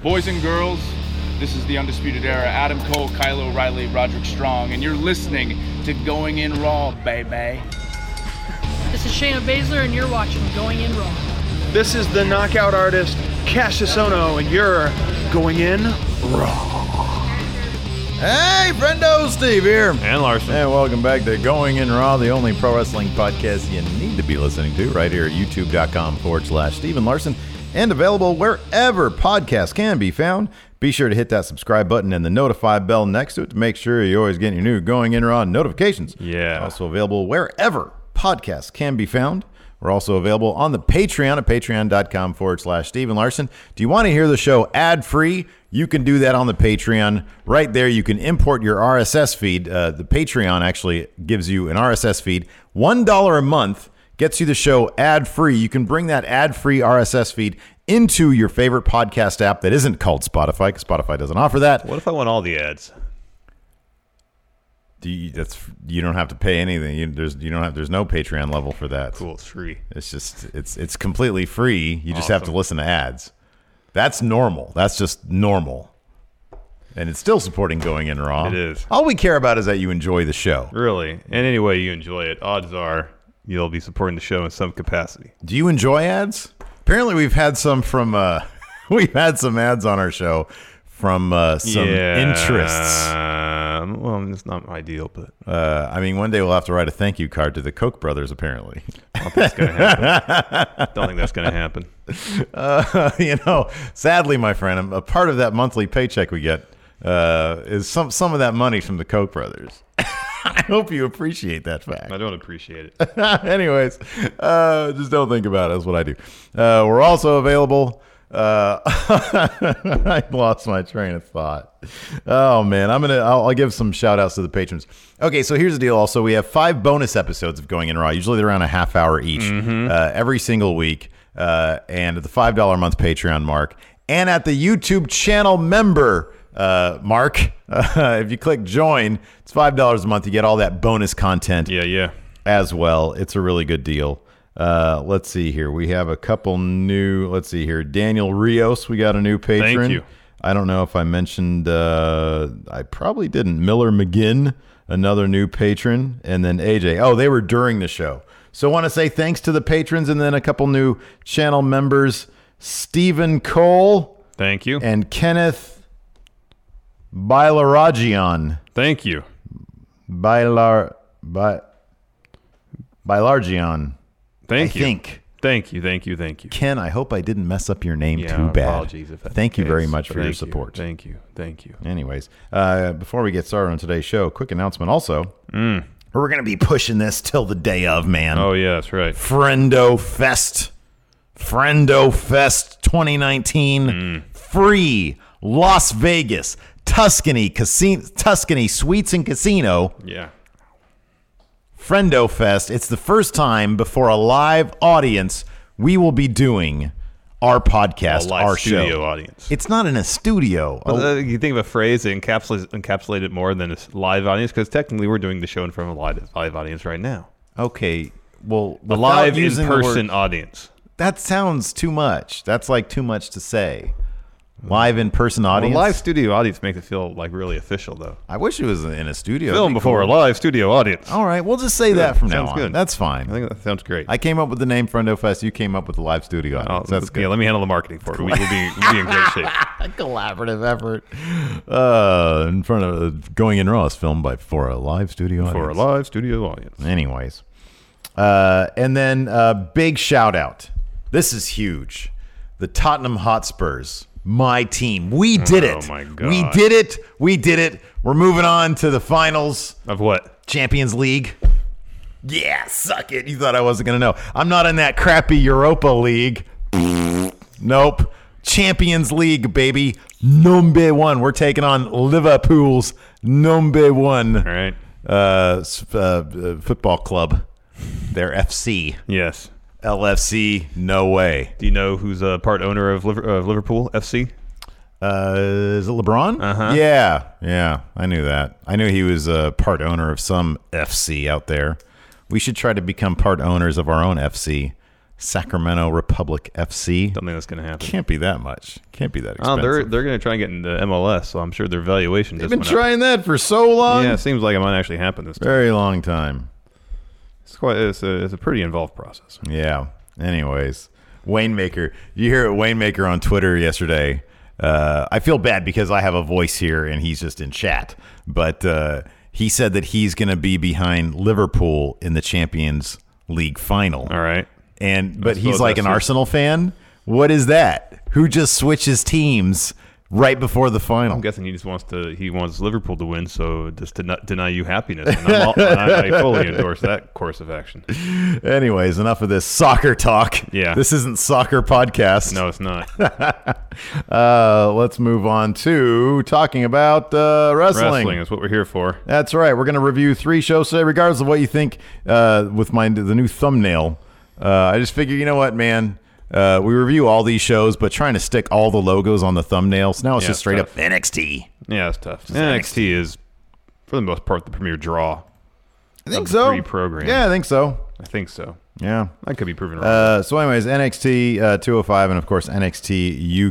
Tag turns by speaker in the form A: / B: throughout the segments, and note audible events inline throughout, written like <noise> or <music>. A: Boys and girls, this is the Undisputed Era. Adam Cole, Kyle O'Reilly, Roderick Strong, and you're listening to Going In Raw, baby.
B: This is Shayna Baszler, and you're watching Going In Raw.
C: This is the knockout artist Cassius Ono, and you're going in
D: Hey, friendo, Steve here.
E: And Larson.
D: And welcome back to Going In Raw, the only pro wrestling podcast you need to be listening to right here at youtube.com forward slash Steven Larson and available wherever podcasts can be found. Be sure to hit that subscribe button and the notify bell next to it to make sure you always get your new Going In Raw notifications.
E: Yeah.
D: Also available wherever podcasts can be found. We're also available on the Patreon at patreon.com forward slash Steven Larson. Do you want to hear the show ad free? You can do that on the Patreon. Right there, you can import your RSS feed. Uh, the Patreon actually gives you an RSS feed. $1 a month gets you the show ad free. You can bring that ad free RSS feed into your favorite podcast app that isn't called Spotify because Spotify doesn't offer that.
E: What if I want all the ads?
D: Do you, that's you don't have to pay anything. You, there's you don't have there's no Patreon level for that.
E: Cool, it's free.
D: It's just it's it's completely free. You just have to
E: Awesome.
D: listen to ads. That's normal. That's just normal. And it's still supporting going in raw.
E: It is.
D: All we care about is that you enjoy the show.
E: Really. And anyway, you enjoy it. Odds are you'll be supporting the show in some capacity.
D: Do you enjoy ads? Apparently, we've had some from uh, <laughs> we've had some ads on our show from uh, some interests.
E: Um, well, it's not ideal, but
D: Uh, I mean, one day we'll have to write a thank you card to the Koch brothers. Apparently, <laughs>
E: that's gonna happen. Don't think that's gonna happen.
D: uh, <laughs> you know, sadly, my friend, a part of that monthly paycheck we get uh, is some some of that money from the Koch brothers. <laughs> I hope you appreciate that fact.
E: I don't appreciate
D: <laughs>
E: it.
D: Anyways, uh, just don't think about it. That's what I do. Uh, we're also available. Uh, <laughs> I lost my train of thought. Oh man, I'm gonna. I'll, I'll give some shout outs to the patrons. Okay, so here's the deal. Also, we have five bonus episodes of Going in Raw. Usually they're around a half hour each, uh, every single week. Uh, and at the five dollar a month Patreon mark, and at the YouTube channel member uh, mark, <laughs> if you click join, it's five dollars a month. You get all that bonus content
E: Yeah, yeah.
D: as well. It's a really good deal. Uh, let's see here. We have a couple new. Let's see here. Daniel Rios, we got a new patron.
E: you.
D: I don't know if I mentioned. Uh, I probably didn't. Miller McGinn, another new patron, and then AJ. Oh, they were during the show. So I want to say thanks to the patrons, and then a couple new channel members: Stephen Cole
E: Thank you.
D: and Kenneth Bailaragian.
E: Thank you.
D: Bailar, by, Bailargian.
E: Thank
D: I
E: you.
D: think.
E: Thank you. Thank you. Thank you.
D: Ken, I hope I didn't mess up your name
E: Yeah,
D: too bad.
E: Apologies if that's
D: Thank
E: the
D: you very
E: case,
D: much
E: but
D: for your
E: thank you.
D: support.
E: Thank you. Thank you.
D: Anyways, uh, before we get started on today's show, quick announcement also. We're going to be pushing this till the day of, man.
E: Mm. Oh yeah, that's right.
D: Friendo Fest. Friendo Fest 2019.
E: Mm.
D: Free Las Vegas, Tuscany, Casino, Tuscany Suites and Casino.
E: Yeah.
D: Friendo Fest. It's the first time before a live audience we will be doing our podcast,
E: A live
D: our
E: studio
D: show.
E: audience.
D: It's not in a studio.
E: But,
D: Oh,
E: uh, you think of a phrase that encapsulates encapsulate it more than a s- live audience because technically we're doing the show in front of a live, live audience right now.
D: okay. Well,
E: A
D: without
E: live in
D: using the
E: person
D: word-
E: audience.
D: that sounds too much. That's like too much to say. Live in person
E: A
D: audience.
E: live studio audience makes it feel like really official though.
D: I wish it was in a studio.
E: Film
D: That'd be
E: before a
D: cool.
E: live studio audience.
D: All right, we'll just say that from now
E: Sounds
D: on.
E: good.
D: That's
E: I
D: fine. I,
E: think that sounds great.
D: came up with the name Friendo Fest. You came up with the live studio
E: Oh,
D: audience. That's good.
E: Yeah, let me handle the marketing for it. We, will be, we'll be in great
D: <laughs>
E: shape.
D: a collaborative effort uh, in front of going in raw is filmed by for a live studio
E: For a
D: audience.
E: live studio audience.
D: anyways uh, and then uh, big shout out this is huge the tottenham hotspurs my team we did
E: Oh
D: it
E: my
D: we
E: God.
D: did it we did it we're moving on to the finals
E: Of what?
D: champions league yeah suck it you thought i wasn't gonna know i'm not in that crappy europa league nope Champions League, baby. Number one. We're taking on Liverpool's number one
E: All right.
D: uh, s- uh, uh, football club. Their FC.
E: Yes.
D: LFC, no way.
E: Do you know who's a part owner of Liver- of Liverpool FC?
D: Uh, is it LeBron?
E: Uh-huh.
D: Yeah, yeah. I knew that. I knew he was a part owner of some FC out there. We should try to become part owners of our own FC, Sacramento Republic FC.
E: Don't think that's going to happen.
D: Can't be that much. Can't be that
E: Oh,
D: expensive.
E: they're they're going to try and get into MLS, so I'm sure their valuation
D: They've
E: just
D: been
E: went
D: trying that for so long.
E: Up. Yeah, it seems like it might actually happen this time.
D: Very long time.
E: It's quite it's a, it's a pretty involved process.
D: Yeah. Anyways, Wayne Maker. You hear it, Wayne Maker on Twitter yesterday. Uh, I feel bad because I have a voice here and he's just in chat. But uh, he said that he's going to be behind Liverpool in the Champions League final.
E: All right.
D: And but he's
E: suppose
D: like an
E: that's it.
D: Arsenal fan. What is that? Who just switches teams right before the final?
E: I'm guessing he just wants to he wants Liverpool to win, so just to not deny you happiness. And I'm all, and I,
D: <laughs>
E: I fully endorse that course of action.
D: Anyways, enough of this soccer talk.
E: Yeah.
D: this isn't soccer podcast.
E: No,
D: <laughs>
E: it's not.
D: uh, let's move on to talking about uh, wrestling.
E: Wrestling is what we're here for.
D: That's right. We're going to review three shows today, regardless of what you think. Uh, with my the new thumbnail, uh, I just figure, you know what, man. Uh, we review all these shows, but trying to stick all the logos on the thumbnails. Now it's
E: Yeah,
D: just straight
E: tough.
D: up NXT.
E: Yeah, it's tough. NXT is for the most part the premier draw.
D: I think
E: Of
D: so.
E: three programs.
D: Yeah, I think so.
E: I think so.
D: Yeah.
E: I could be proven wrong.
D: Uh, so, anyways, NXT uh, 205 and, of course, NXT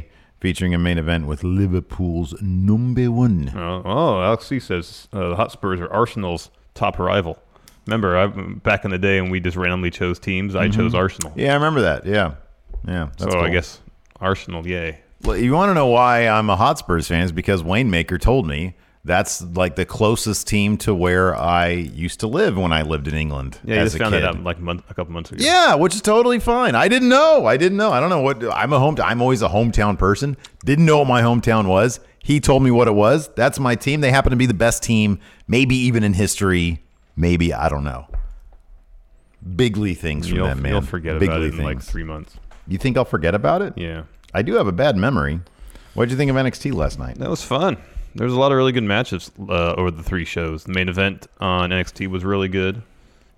D: UK featuring a main event with Liverpool's number one.
E: Oh, oh, Alex C says uh, the Hotspurs are Arsenal's top rival. Remember, I, back in the day when we just randomly chose teams, I chose Arsenal.
D: Yeah, I remember that. Yeah. Yeah.
E: so
D: That's
E: I
D: cool.
E: guess Arsenal, yay.
D: Well, you want to know why I'm a Hotspurs fan is because Wayne Maker told me that's like the closest team to where I used to live when I lived in England
E: Yeah, you
D: as
E: just
D: a
E: found
D: kid.
E: that out like month, a couple months ago.
D: Yeah, which is totally fine. I didn't know. I didn't know. I don't know what I'm a home. I'm always a hometown person. Didn't know what my hometown was. He told me what it was. That's my team. They happen to be the best team, maybe even in history. Maybe I don't know. Bigly things from
E: You'll,
D: them, man.
E: you'll forget
D: Bigly
E: about it in
D: things.
E: like three months.
D: You think I'll forget about it?
E: Yeah.
D: I do have a bad memory. What would you think of NXT last night?
E: That was fun. There was a lot of really good matchups uh, over the three shows. The main event on NXT was really good.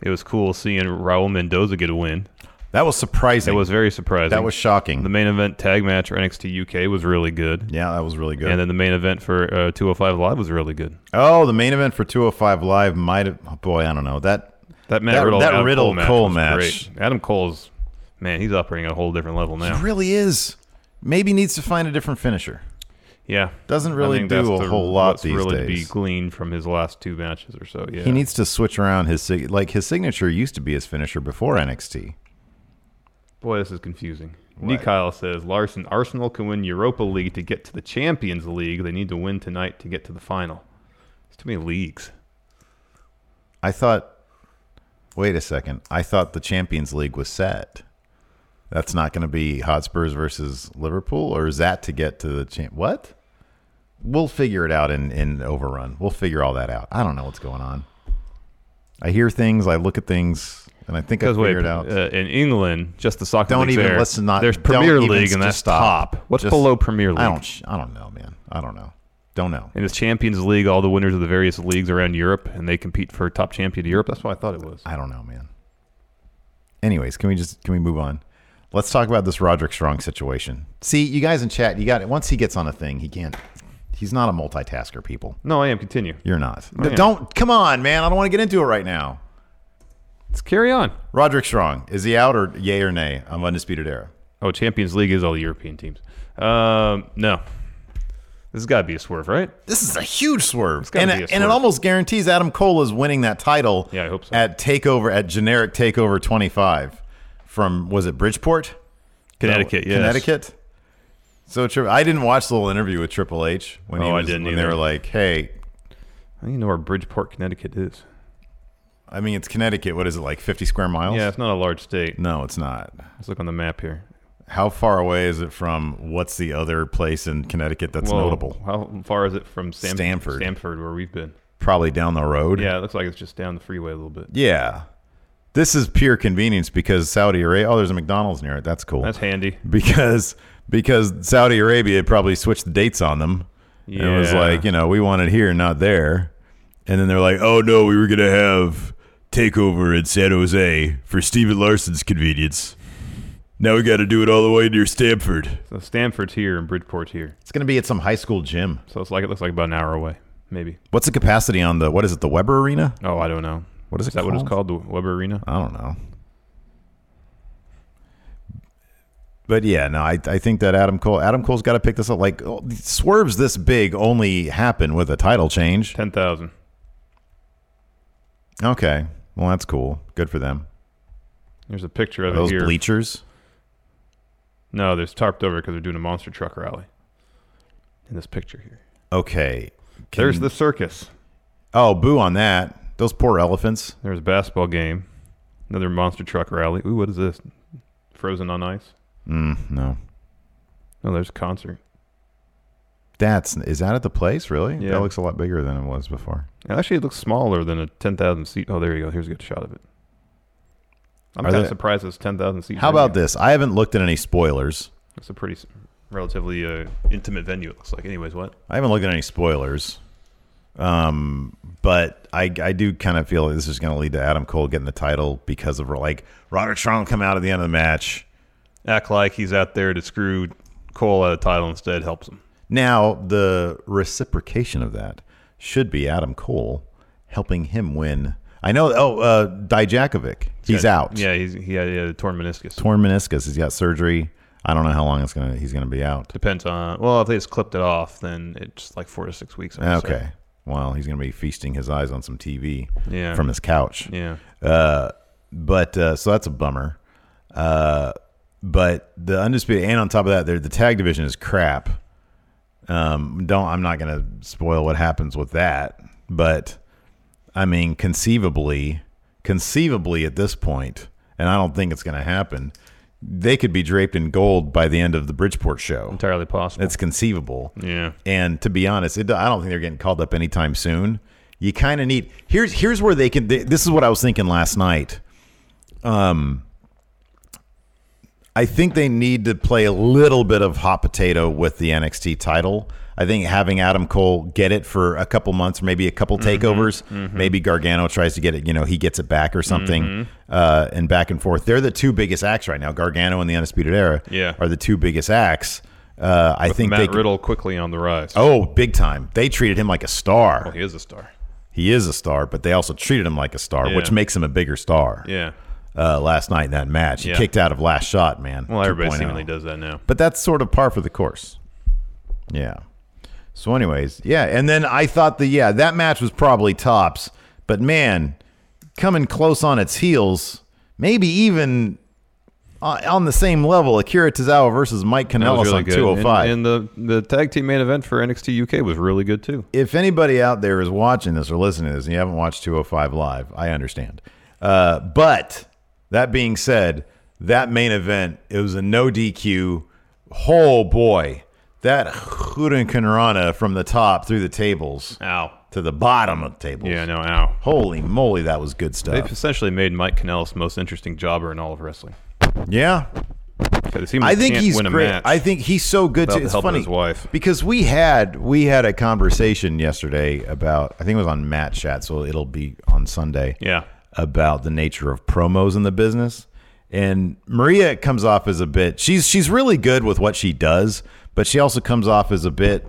E: It was cool seeing Raul Mendoza get a win.
D: That was surprising.
E: That was very surprising.
D: that was shocking.
E: The main event tag match for NXT UK was really good.
D: yeah, that was really good.
E: And then the main event for uh, 205 Live was really good.
D: oh, the main event for 205 Live might have. Oh boy, I don't know that.
E: That Matt
D: That-
E: Riddle,
D: that
E: Adam
D: Riddle
E: Cole match,
D: Cole
E: was
D: match.
E: great. Adam Cole's man, he's operating at a whole different level
D: It
E: now.
D: really is. Maybe needs to find a different finisher.
E: yeah,
D: doesn't
E: I
D: really
E: think
D: do
E: that's
D: a
E: the-
D: whole lot
E: what's
D: these
E: really to
D: days.
E: be gleaned from his last two matches or so. Yeah,
D: He needs to switch around his sig- like his signature used to be his finisher before NXT.
E: Boy, this is confusing. Nick Kyle says Larson Arsenal can win Europa League to get to the Champions League. They need to win tonight to get to the final. It's too many leagues.
D: I thought. Wait a second. I thought the Champions League was set. That's not going to be Hotspurs versus Liverpool, or is that to get to the champ? What? We'll figure it out in in overrun. We'll figure all that out. I don't know what's going on. I hear things. I look at things, and I think I
E: Because wait,
D: figured it out.
E: uh, in England, just the soccer.
D: don't
E: leagues
D: even
E: there,
D: listen. Not
E: there's
D: don't
E: Premier
D: even
E: League and
D: just
E: that's
D: stop.
E: top. What's
D: Just-
E: below Premier League?
D: I don't. sh- I don't know, man. I don't know. Don't know.
E: And it's Champions League, all the winners of the various leagues around Europe, and they compete for top champion of Europe. That's what I thought it was.
D: I don't know, man. Anyways, can we just can we move on? Let's talk about this Roderick Strong situation. See, you guys in chat, you got it. Once he gets on a thing, he can't. He's not a multitasker, people.
E: No, I am. Continue.
D: You're not.
E: I am.
D: Don't come on, man. I don't want to get into it right now.
E: Let's carry on.
D: Roderick Strong is he out or yay or nay? I'm undisputed era.
E: Oh, Champions League is all the European teams. Um, no, this has got to be a swerve, right?
D: This is a huge swerve,
E: gotta
D: and,
E: be a
D: and it
E: swerve.
D: almost guarantees Adam Cole is winning that title.
E: Yeah, I hope so.
D: At Takeover, at generic Takeover 25 from was it Bridgeport?
E: Connecticut, yes.
D: Connecticut. So tri- I didn't watch the little interview with Triple H when he
E: Oh, I
D: was-
E: didn't
D: when they
E: either.
D: were like, "Hey,
E: I don't even know where Bridgeport, Connecticut is.
D: I mean it's Connecticut. What is it like, fifty square miles?
E: Yeah, it's not a large state.
D: No, it's not.
E: Let's look on the map here.
D: How far away is it from what's the other place in Connecticut that's
E: Whoa,
D: notable?
E: How far is it from Stam-
D: Stamford.
E: Stamford, where we've been.
D: Probably down the road.
E: Yeah, it looks like it's just down the freeway a little bit.
D: Yeah. This is pure convenience because Saudi Arabia. Oh, there's a McDonald's near it. That's cool.
E: That's handy.
D: because because Saudi Arabia had probably switched the dates on them. And it was
E: Yeah.
D: like, you know, we want it here, not there. And then they're like, oh no, we were gonna have takeover in San Jose for Steven Larson's convenience. Now we got to do it all the way near Stanford.
E: So Stanford's here and Bridgeport's here.
D: It's gonna be at some high school gym.
E: So it's like it looks like about an hour away, maybe.
D: What's the capacity on the what is it? The Weber Arena?
E: Oh, I don't know.
D: What is it
E: Is that what it's called? The Weber Arena?
D: I don't know. But yeah, no, I, I think that Adam Cole, Adam Cole's got to pick this up. Like oh, swerves this big only happen with a title change.
E: 10,000.
D: Okay, well that's cool. Good for them.
E: There's a picture of
D: Are those
E: it here.
D: bleachers.
E: No, there's tarped over because they're doing a monster truck rally. In this picture here.
D: Okay. Can-
E: There's the circus.
D: Oh, boo on that. Those poor elephants.
E: There's a basketball game. Another monster truck rally. Ooh, what is this? Frozen on ice?
D: Mm, no,
E: No, there's a concert.
D: that's is that at the place really?
E: Yeah.
D: That looks a lot bigger than it was before.
E: And actually, it looks smaller than a 10,000 seat. Oh, there you go. Here's a good shot of it. I'm
D: Are
E: kind of
D: they-
E: surprised it's 10,000 seats.
D: How about this? I haven't looked at any spoilers.
E: It's a pretty s- relatively uh, intimate venue, it looks like. Anyways, what?
D: I haven't looked at any spoilers. Um, but I, I do kind of feel like this is going to lead to Adam Cole getting the title because of like Roderick Strong come out at the end of the match.
E: Act like he's out there to screw Cole out of the title instead helps him.
D: Now the reciprocation of that should be Adam Cole helping him win. I know. Oh, uh, Dijakovic, he's out.
E: Yeah, he's, he had he had a torn meniscus.
D: torn meniscus. He's got surgery. I don't know how long it's gonna. He's gonna be out.
E: Depends on. Well, if they just clipped it off, then it's like four to six weeks. I would say.
D: Okay. Well, he's gonna be feasting his eyes on some TV
E: Yeah.
D: from his couch.
E: Yeah.
D: Uh, but uh, so that's a bummer. Uh, but the undisputed, and on top of that, there- the tag division is crap. Um, don't I'm not gonna spoil what happens with that, but I mean, conceivably, conceivably at this point, and I don't think it's gonna happen. They could be draped in gold by the end of the Bridgeport show.
E: Entirely possible.
D: It's conceivable.
E: yeah.
D: And to be honest, it, I don't think they're getting called up anytime soon. You kind of need here's here's where they can. This is what I was thinking last night. Um, I think they need to play a little bit of hot potato with the NXT title. I think having Adam Cole get it for a couple months, maybe a couple
E: Mm-hmm.
D: takeovers, maybe Gargano tries to get it. You know, he gets it back or something,
E: Mm-hmm.
D: uh, and back and forth. They're the two biggest acts right now. Gargano and the Undisputed Era
E: Yeah.
D: are the two biggest acts. Uh, I think they
E: Matt
D: can-
E: Riddle quickly on the rise. Oh,
D: Oh, big time. They treated him like a star.
E: he is a star.
D: He is a star, but they also treated him like a star,
E: Yeah.
D: which makes him a bigger star.
E: Yeah.
D: Uh, last night in that match, he
E: Yeah.
D: kicked out of last shot, man.
E: Well, everybody
D: 2.0.
E: seemingly does that now.
D: But that's sort of par for the course. Yeah. So, anyways, yeah. And then I thought that, yeah, that match was probably tops, but man, coming close on its heels, maybe even on on the same level, Akira Tozawa versus Mike
E: That
D: Kanellis
E: was really
D: on
E: good.
D: 205.
E: And, and the, the tag team main event for NXT UK was really good too.
D: if anybody out there is watching this or listening to this and you haven't watched 205 live, I understand. Uh, but that being said, that main event, it was a no DQ. Oh boy, that Hurricanrana from the top through the tables
E: Ow.
D: to the bottom of the tables.
E: Yeah, no, ow.
D: Holy moly, that was good
E: They've
D: stuff.
E: essentially made Mike Kanellis the most interesting jobber in all of wrestling.
D: yeah,
E: 'Cause it seems
D: I
E: he
D: think
E: can't
D: he's
E: win a
D: great.
E: match.
D: I think he's so good.
E: without
D: To,
E: the
D: it's
E: help of
D: funny
E: his wife.
D: because we had we had a conversation yesterday about I think it was on Matt Chat, so it'll be on Sunday.
E: Yeah.
D: about the nature of promos in the business. And Maria comes off as a bit. She's she's really good with what she does, but she also comes off as a bit.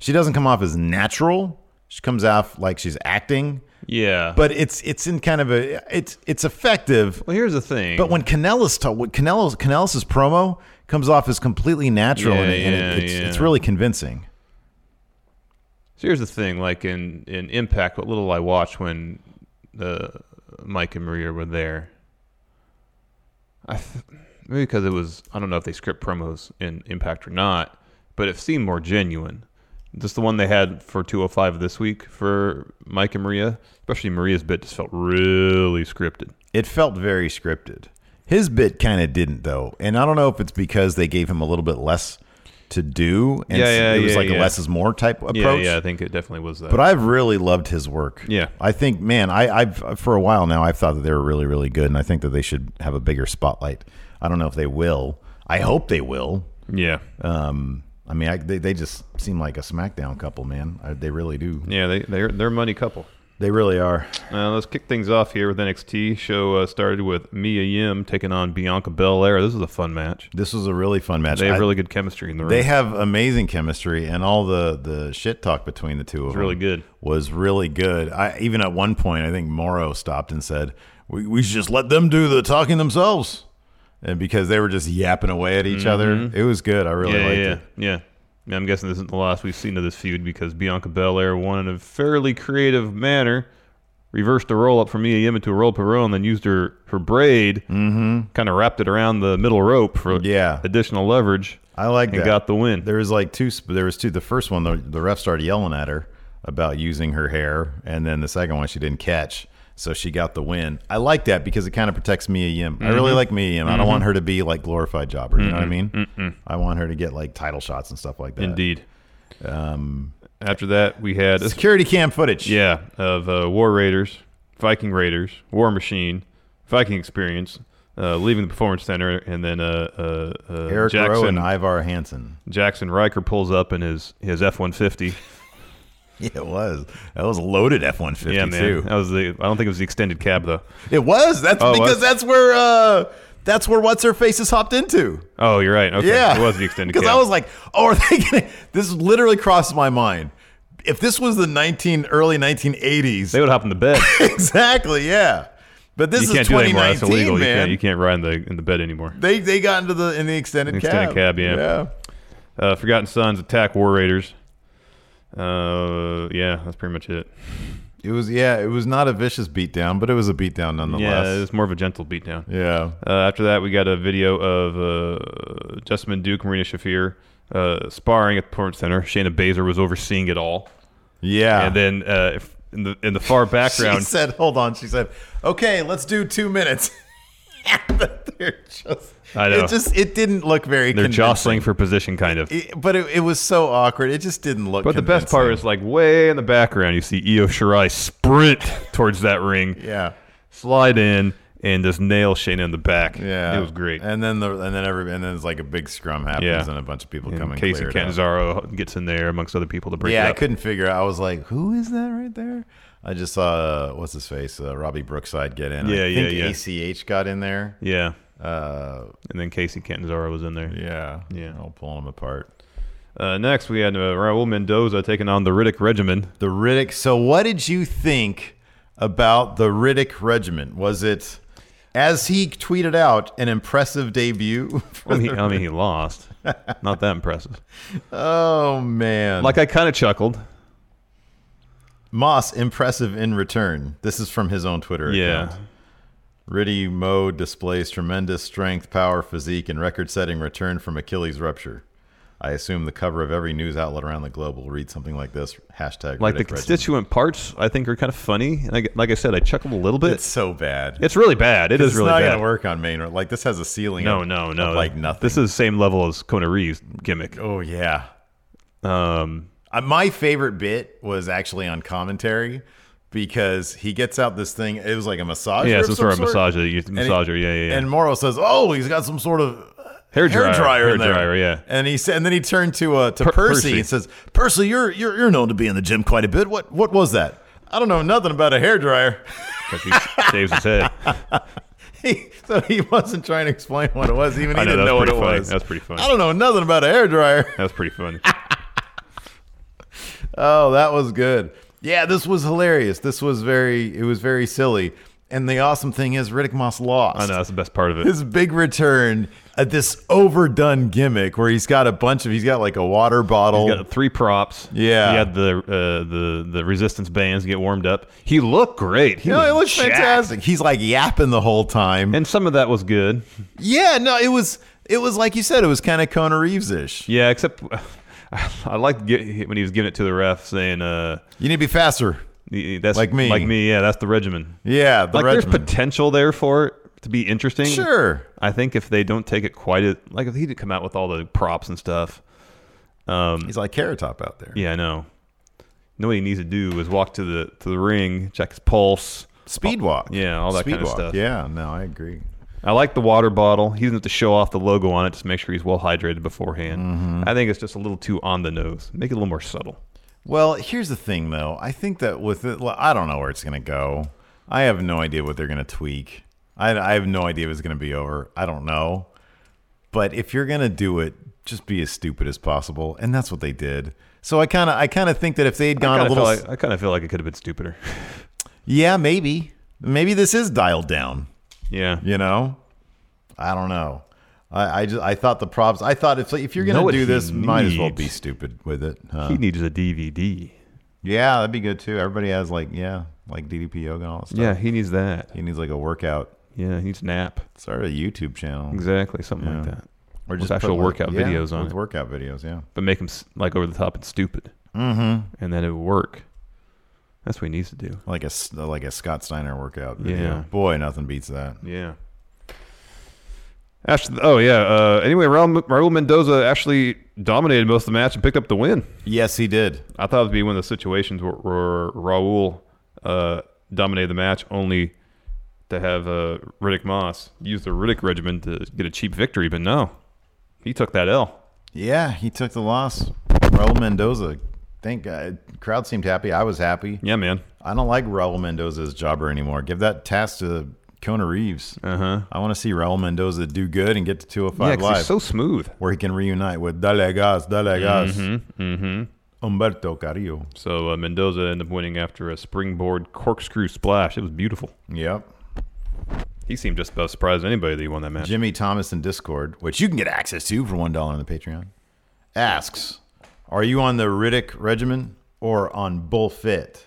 D: She doesn't come off as natural. She comes off like she's acting,
E: Yeah.
D: but it's it's in kind of a it's it's effective.
E: well, here's the thing.
D: But when Canellis talk, when Canellis Canellis's promo comes off as completely natural,
E: Yeah,
D: and, it, and it-
E: yeah,
D: it's,
E: yeah.
D: it's really convincing.
E: So here's the thing, like in, in Impact, what little I watched when uh, Mike and Maria were there, I th- maybe because it was I don't know if they script promos in Impact or not, but it seemed more genuine. Just the one they had for 205 this week for Mike and Maria, especially Maria's bit, just felt really scripted.
D: It felt very scripted. His bit kind of didn't though, and I don't know if it's because they gave him a little bit less to do, and
E: Yeah,
D: s-
E: yeah,
D: it was
E: yeah,
D: like a
E: yeah.
D: less is more type approach.
E: Yeah, yeah, I think it definitely was that.
D: But I've really loved his work.
E: Yeah.
D: I think, man, I, I've for a while now I've thought that they were really, really good, and I think that they should have a bigger spotlight. I don't know if they will. I hope they will.
E: Yeah.
D: Um, I mean, I, they they just seem like a SmackDown couple, man. I, they really do.
E: Yeah, they, they're, they're a money couple.
D: They really are.
E: Uh, let's kick things off here with NXT. Show uh, started with Mia Yim taking on Bianca Belair. This is a fun match.
D: This was a really fun match.
E: They have
D: I-
E: really good chemistry in the ring.
D: They have amazing chemistry, and all the the shit talk between the two of them
E: really good.
D: Was really good. I even at one point, I think Morrow stopped and said, "We we should just let them do the talking themselves," and because they were just yapping away at each other, it was good. I really
E: Mm-hmm. yeah,
D: liked it.
E: yeah, yeah. Yeah, I'm guessing this isn't the last we've seen of this feud because Bianca Belair won in a fairly creative manner, reversed a roll up from Mia Yim into a roll up row, and then used her, her braid, mm-hmm. kind of wrapped it around the middle rope for
D: Yeah.
E: additional leverage.
D: I like
E: and
D: that.
E: got the win.
D: There was like two. sp- There was two. The first one, the, the ref started yelling at her about using her hair, and then the second one she didn't catch, so she got the win. I like that because it kind of protects Mia Yim. I
E: Mm-hmm.
D: really like Mia Yim. I don't want her to be like glorified jobber. You know what I mean? I want her to get like title shots and stuff like that.
E: Indeed. Um, After that, we had
D: Security cam footage.
E: Yeah, of uh, War Raiders, Viking Raiders, War Machine, Viking Experience, uh, leaving the Performance Center, and then uh, uh, uh,
D: Eric
E: Jackson
D: Rowe and Ivar Hansen. <laughs>
E: Jackson Riker pulls up in his his F one fifty.
D: It was that was a loaded F one fifty
E: Yeah, man,
D: two.
E: that was the. I don't think it was the extended cab though.
D: It was. That's
E: Oh, it
D: because
E: was?
D: that's where uh, that's where what's her face has hopped into.
E: Oh, you're right. Okay,
D: Yeah,
E: it was
D: <laughs>
E: the extended cab.
D: Because I was like, oh, are they gonna? This literally crossed my mind. If this was the nineteen early nineteen eighties,
E: they would hop in the bed.
D: <laughs> exactly, yeah. But this
E: you
D: is
E: can't do that
D: twenty
E: anymore. That's
D: nineteen,
E: illegal. You
D: man.
E: can't, you can't ride in the in the bed anymore.
D: They they got into the in the extended,
E: Extended cab, yeah. Uh, Forgotten Sons attack War Raiders. Uh, yeah, that's pretty much it.
D: It was yeah. It was not a vicious beatdown, but it was a beatdown
E: Yeah,
D: nonetheless.
E: it's more of a gentle beatdown.
D: Yeah.
E: Uh, after that, we got a video of uh, Jessamine Duke, Marina Shafir, uh, sparring at the Performance Center. Shayna Baszler was overseeing it all,
D: Yeah.
E: and then uh, if- in the in the far
D: Ah. <laughs> she
E: background,
D: said, "Hold on." She said, "Okay, let's do two minutes." <laughs> They're just,
E: I know.
D: It just it didn't look very.
E: they're
D: convincing.
E: jostling for position, kind of.
D: It- but it, it was so awkward. It just didn't look.
E: But the best part is like way in the background, you see Io Shirai sprint towards that ring,
D: yeah,
E: slide in, and just nail Shayna in the back.
D: yeah,
E: it was great.
D: And then the and then every and then it's like a big scrum happens
E: Yeah.
D: and a bunch of people
E: And
D: come and
E: Casey
D: clear it up.
E: Canzaro gets in there amongst other people to break
D: Yeah,
E: it
D: I
E: up.
D: couldn't figure. out. I was like, who is that right there? I just saw uh, what's his face, uh, Robbie Brookside get in. I
E: Yeah, yeah,
D: think
E: yeah.
D: ACH got in there.
E: Yeah,
D: Uh,
E: and then Casey Canzaro was in there.
D: yeah,
E: Yeah.
D: All pulling them apart.
E: Uh, next, we had uh, Raul Mendoza taking on the Riddick <laughs> Regiment.
D: The Riddick. So, what did you think about the Riddick regiment? Was it, as he tweeted out, an impressive debut? <laughs>
E: I mean, I mean, he lost. Not that impressive.
D: oh man,
E: <laughs> Like I kind of chuckled.
D: Moss impressive in return. This is from his own Twitter
E: Yeah,
D: account. Riddy Mo displays tremendous strength, power, physique, and record-setting return from Achilles rupture. I assume the cover of every news outlet around the globe will read something like this hashtag.
E: like
D: Riddick
E: the
D: regiment.
E: constituent parts, I think are kind of funny. And I, like I said, I chuckled a little bit.
D: It's so bad.
E: It's really bad. It is
D: it's
E: really
D: not
E: bad.
D: gonna work on main. Like this has a ceiling.
E: No,
D: of-
E: no,
D: of
E: no.
D: like nothing.
E: This is same level as Kona Reeves gimmick.
D: Oh yeah.
E: Um,
D: Uh, my favorite bit was actually on commentary because he gets out this thing. It was like a massager.
E: yeah,
D: of
E: some sort of
D: sort.
E: massager. You-
D: And he-
E: Massager. Yeah, yeah, yeah.
D: And Morrow says, "Oh, he's got some sort of
E: Hair dryer,
D: dryer in
E: hair
D: there."
E: dryer, <laughs> yeah.
D: And he said, and then he turned to uh, to
E: Per-
D: Percy,
E: Percy.
D: and says, "Percy, you're, you're you're known to be in the gym quite a bit. What what was that? I don't know nothing about a hair dryer." <laughs>
E: 'Cause he shaves his head.
D: He- so he wasn't trying to explain what it was. Even he
E: I know,
D: didn't
E: that's
D: know what
E: pretty
D: it
E: funny.
D: was.
E: That's pretty funny.
D: I don't know nothing about a hair dryer. <laughs>
E: That was pretty <laughs> funny.
D: Oh, that was good. Yeah, this was hilarious. This was very, it was very silly. And the awesome thing is, Riddick Moss lost.
E: I know that's the best part of it.
D: His big return at this overdone gimmick where he's got a bunch of, he's got like a water bottle.
E: He's got three props.
D: Yeah.
E: He had the uh, the the resistance bands to get warmed up. He looked great. He
D: you know, it
E: was
D: looks
E: jacked.
D: fantastic. He's like yapping the whole time.
E: And some of that was good.
D: yeah, no, it was, it was like you said, it was kind of Kona Reeves ish.
E: Yeah, except <laughs> I liked get, when he was giving it to the ref, saying, uh,
D: You need to be faster.
E: "That's
D: Like me.
E: like me." Yeah, that's the regimen.
D: Yeah, the
E: like there's
D: regimen.
E: potential there for it to be interesting.
D: Sure.
E: I think if they don't take it quite as like if he didn't come out with all the props and stuff. Um,
D: He's like Carrot Top out there.
E: yeah, I know. Know what he needs to do is walk to the to the ring, check his pulse.
D: Speed walk.
E: Yeah, all that
D: Speed
E: kind of
D: walk.
E: stuff.
D: Yeah, no, I agree.
E: I like the water bottle. He doesn't have to show off the logo on it. Just make sure he's well hydrated beforehand. I think it's just a little too on the nose. Make it a little more subtle.
D: Well, here's the thing, though. I think that with it, well, I don't know where it's going to go. I have no idea what they're going to tweak. I, I have no idea if it's going to be over. I don't know. But if you're going to do it, just be as stupid as possible, and that's what they did. So I kind of, I kind of think that if they had
E: I
D: gone a
E: kinda feel
D: little,
E: like- I kind of feel like it could have been stupider. <laughs>
D: yeah, maybe, maybe this is dialed down.
E: yeah.
D: You know, I don't know. I, I just, I thought the props. I thought if if you're going
E: Know
D: to
E: what
D: do
E: he
D: this, might as well
E: needs.
D: be stupid with it. huh?
E: He needs a DVD.
D: yeah, that'd be good too. Everybody has like, yeah, like DDP yoga and all that stuff.
E: Yeah, he needs that.
D: He needs like a workout.
E: Yeah, he needs a nap.
D: Start a YouTube channel.
E: Exactly, something like that.
D: Or
E: With
D: just put,
E: actual
D: like-
E: workout
D: yeah,
E: videos on
D: with
E: it.
D: workout videos, yeah.
E: But make him s- like over the top and stupid. Mm-hmm. And then it would work. That's what he needs to do.
D: Like a s- like a Scott Steiner workout video.
E: Yeah.
D: Boy, nothing beats that.
E: Yeah. Ashley, oh yeah. Uh, anyway, Raul, Raul Mendoza actually dominated most of the match and picked up the win.
D: Yes, he did.
E: I thought it would be one of the situations where, where Raul uh, dominated the match, only to have uh, Riddick Moss use the Riddick regimen to get a cheap victory. But no, he took that L.
D: Yeah, he took the loss. Raul Mendoza. Thank God. Crowd seemed happy. I was happy.
E: Yeah, man.
D: I don't like Raul Mendoza's jobber anymore. Give that task to Kona Reeves. Uh-huh. I want to see Raul Mendoza do good and get to 205
E: Yeah, 'cause
D: Live,
E: he's so smooth.
D: where he can reunite with Dale Gas, Dale Gas,
E: Mm-hmm,
D: Humberto Carrillo.
E: So uh, Mendoza ended up winning after a springboard corkscrew splash. It was beautiful.
D: Yep.
E: He seemed just about surprised as anybody that he won that match.
D: Jimmy Thomas in Discord, which you can get access to for one dollar on the Patreon, asks, "Are you on the Riddick regimen or on Bullfit?"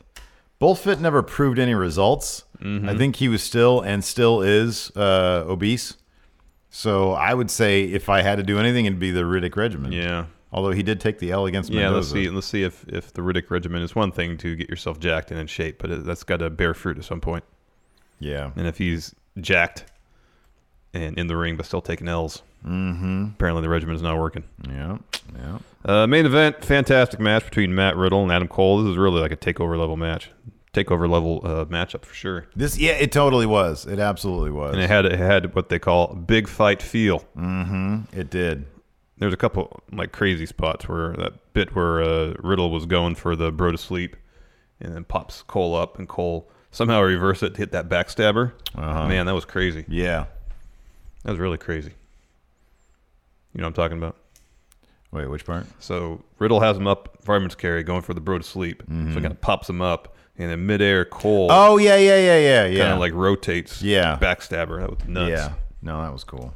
D: Bullfit never proved any results.
E: Mm-hmm.
D: I think he was still and still is uh, obese. So I would say if I had to do anything, it'd be the Riddick regimen.
E: Yeah.
D: Although he did take the L against
E: Yeah,
D: Mendoza.
E: let's see. Let's see if, if the Riddick regimen is one thing to get yourself jacked and in shape, but it, that's got to bear fruit at some point.
D: Yeah.
E: And if he's jacked and in the ring but still taking L's, mm-hmm. apparently the regimen is not working.
D: Yeah. Yeah.
E: Uh, main event, fantastic match between Matt Riddle and Adam Cole. This is really like a takeover level match, takeover level uh, matchup for sure.
D: This. Yeah. It totally was. It absolutely was.
E: And it had it had what they call a big fight feel.
D: it did.
E: there's a couple like crazy spots where that bit where uh, Riddle was going for the bro to sleep, and then pops Cole up, and Cole somehow reverse it to hit that backstabber. Man, that was crazy.
D: Yeah.
E: That was really crazy. You know what I'm talking about?
D: Wait, which part?
E: So Riddle has him up, fireman's carry, going for the bro to sleep. So it kind of pops him up, and then midair, Cole
D: Mm-hmm. Oh yeah, yeah, yeah, yeah, yeah.
E: kind of like rotates.
D: Yeah.
E: backstabber. That was nuts.
D: Yeah. No, that was cool.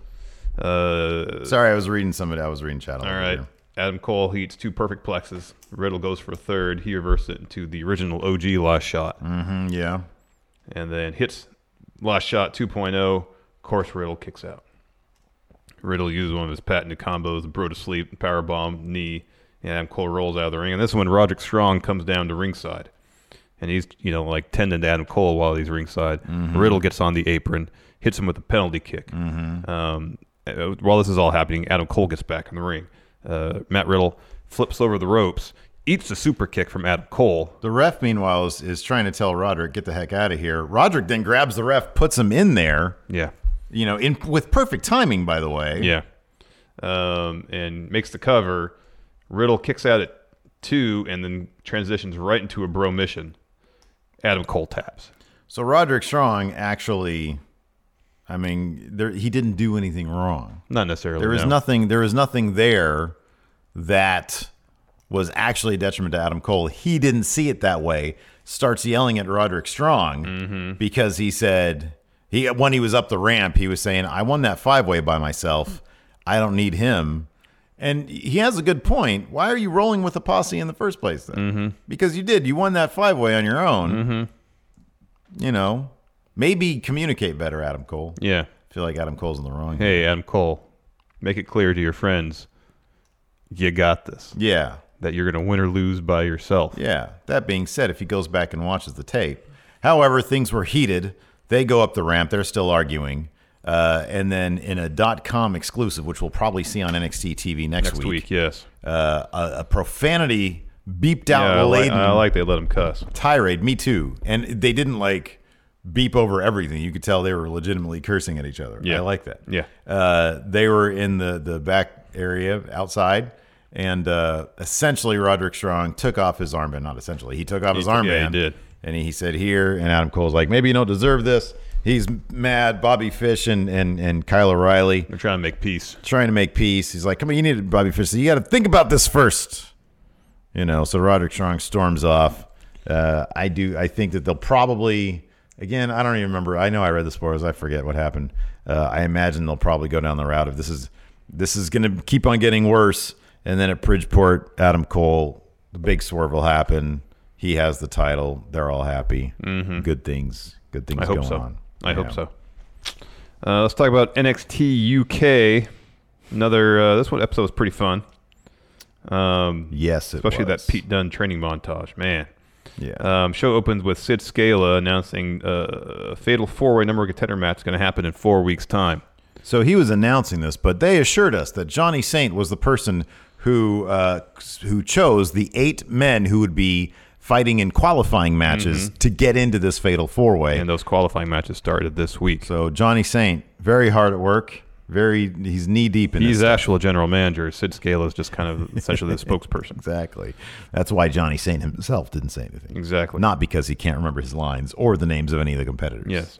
E: Uh,
D: Sorry, I was reading somebody. I was reading chat.
E: All right. Adam Cole heats two perfect plexes. Riddle goes for a third. He reverses it into the original OG last shot
D: Mm, yeah.
E: and then hits last shot 2.0. Of course, Riddle kicks out. Riddle uses one of his patented combos, bro to sleep, power bomb, knee, and Adam Cole rolls out of the ring. And this is when Roderick Strong comes down to ringside. And he's, you know, like tending to Adam Cole while he's ringside. Riddle gets on the apron, hits him with a penalty kick. Um, uh, while this is all happening, Adam Cole gets back in the ring. Uh, Matt Riddle flips over the ropes, eats a super kick from Adam Cole,
D: The ref, meanwhile, is, is trying to tell Roderick, "Get the heck out of here." Roderick then grabs the ref, puts him in there.
E: Yeah.
D: You know, in with perfect timing, by the way.
E: <laughs> Yeah. Um, and makes the cover. Riddle kicks out at two and then transitions right into a bro mission. Adam Cole taps.
D: So Roderick Strong actually, I mean, there he didn't do anything wrong.
E: Not necessarily.
D: There is
E: no.
D: nothing. There is nothing there that was actually a detriment to Adam Cole. He didn't see it that way. Starts yelling at Roderick Strong because he said he when he was up the ramp, he was saying, "I won that five way by myself. I don't need him." And he has a good point. Why are you rolling with a posse in the first place then? Because you did. You won that five way on your own. You know, maybe communicate better, Adam Cole.
E: Yeah.
D: I feel like Adam Cole's in the wrong. here.
E: Hey, Adam Cole, make it clear to your friends you got this,
D: Yeah.
E: that you're going to win or lose by yourself.
D: Yeah. That being said, if he goes back and watches the tape, however, things were heated. They go up the ramp. They're still arguing. Uh, and then in a dot com exclusive, which we'll probably see on NXT TV next,
E: Next week, yes.
D: uh, a, a profanity beeped out
E: Yeah, I, like,
D: laden
E: I like they let him cuss.
D: tirade. Me too. And they didn't like beep over everything. You could tell they were legitimately cursing at each other.
E: Yeah.
D: I like that.
E: Yeah.
D: Uh, they were in the the back area outside. And uh, essentially, Roderick Strong took off his armband. Not essentially, he took off his
E: took-
D: armband.
E: yeah, he did.
D: And he said, "Here." And Adam Cole's like, "Maybe you don't deserve this." He's mad. Bobby Fish and and and Kyle O'Reilly
E: They're trying to make peace.
D: trying to make peace. He's like, "Come on, you need to Bobby Fish. said, You got to think about this first. You know. So Roderick Strong storms off. Uh, I do. I think that they'll probably. Again, I don't even remember. I know I read the spoilers. I forget what happened. Uh, I imagine they'll probably go down the route of this is this is going to keep on getting worse, and then at Bridgeport, Adam Cole, the big swerve will happen. He has the title. They're all happy. Good things. Good things
E: Mm-hmm. I hope
D: going
E: so.
D: on.
E: I hope
D: Yeah.
E: so. Uh, let's talk about NXT UK. Another uh, this one episode was pretty fun. Um,
D: Yes, it
E: especially
D: was.
E: that Pete Dunne training montage. Man,
D: Yeah.
E: um, show opens with Sid Scala announcing uh, a fatal four way number one contender match is going to happen in four weeks' time.
D: So he was announcing this, but they assured us that Johnny Saint was the person who uh, who chose the eight men who would be fighting in qualifying matches to get into this fatal four way.
E: Mm-hmm. And those qualifying matches started this week.
D: So Johnny Saint, very hard at work, very he's knee deep in
E: He's
D: this.
E: actual general manager. Sid Scala is just kind of
D: <laughs>
E: essentially the spokesperson.
D: Exactly. That's why Johnny Saint himself didn't say anything.
E: Exactly.
D: Not because he can't remember his lines or the names of any of the competitors.
E: Yes.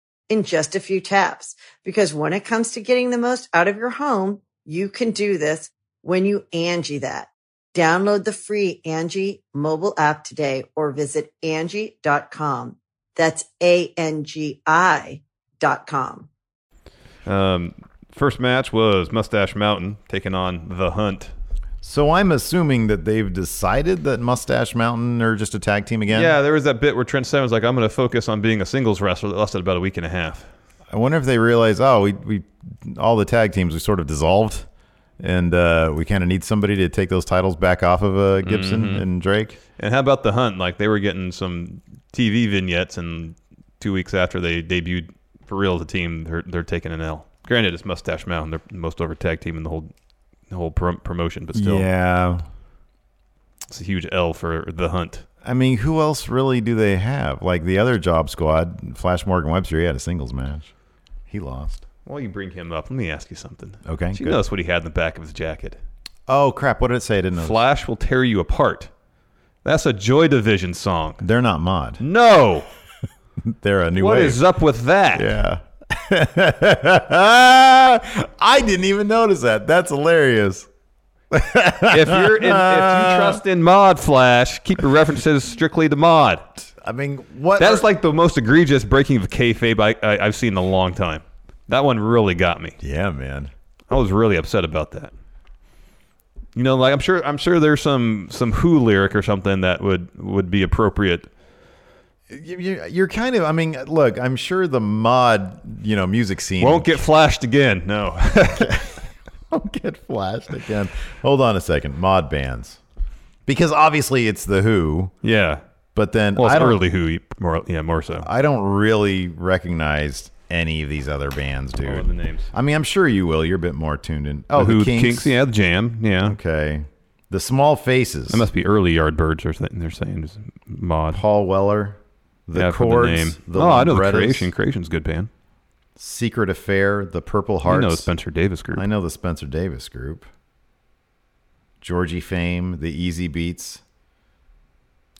F: in just a few taps. Because when it comes to getting the most out of your home, you can do this when you Angie that. Download the free Angie mobile app today or visit Angie.com. That's A-N-G-I dot com.
E: Um, first match was Mustache Mountain taking on The Hunt.
D: So I'm assuming that they've decided that Mustache Mountain are just a tag team again.
E: Yeah, there was that bit where Trent Seven was like, "I'm going to focus on being a singles wrestler." That lasted about a week and a half.
D: I wonder if they realize, oh, we, we all the tag teams we sort of dissolved, and uh, we kind of need somebody to take those titles back off of uh, Gibson
E: Mm-hmm.
D: and Drake.
E: And how about the hunt? Like they were getting some TV vignettes, and two weeks after they debuted for real as a team, they're, they're taking an L. Granted, it's Mustache Mountain; they're the most over tag team in the whole the whole prom- promotion, but still,
D: Yeah,
E: it's a huge L for the hunt.
D: I mean, who else really do they have? Like the other Job Squad, Flash Morgan Webster, he had a singles match, he lost.
E: While you bring him up, let me ask you something.
D: Okay,
E: Did you
D: good.
E: notice what he had in the back of his jacket?
D: Oh crap! What did it say? I didn't know.
E: Flash will tear you apart. That's a Joy Division song.
D: They're not mod.
E: No,
D: They're a new
E: what
D: wave. <laughs>
E: is up with that?
D: Yeah. I didn't even notice that. That's hilarious.
E: if you're in, if you trust in mod flash keep your references strictly to mod
D: I mean, what?
E: that's
D: are-
E: like the most egregious breaking of kayfabe I, I, i've seen in a long time that one really got me
D: Yeah, man.
E: i was really upset about that you know like i'm sure i'm sure there's some some who lyric or something that would would be appropriate
D: You- you- You're kind of. I mean, look. I'm sure the mod, you know, music scene
E: won't get flashed again no
D: <laughs>
E: <laughs>
D: won't get flashed again. Hold on a second. Mod bands, because obviously it's the Who,
E: yeah
D: but then
E: well it's
D: I don't.
E: early who more yeah more so
D: I don't really recognize any of these other bands, dude.
E: All of the names.
D: I mean, I'm sure you will. You're a bit more tuned in. Oh,
E: Who
D: the Kinks.
E: Yeah, the Jam. Yeah.
D: Okay. The Small Faces.
E: That must be early Yardbirds or something. They're saying just mod.
D: Paul Weller. The
E: yeah, for
D: Chords.
E: the name.
D: The
E: oh, I know the
D: Librettas,
E: Creation. Creation's a good band.
D: Secret Affair. The Purple
E: I
D: Hearts.
E: know the Spencer Davis group.
D: I know the Spencer Davis group. Georgie Fame. The Easy Beats.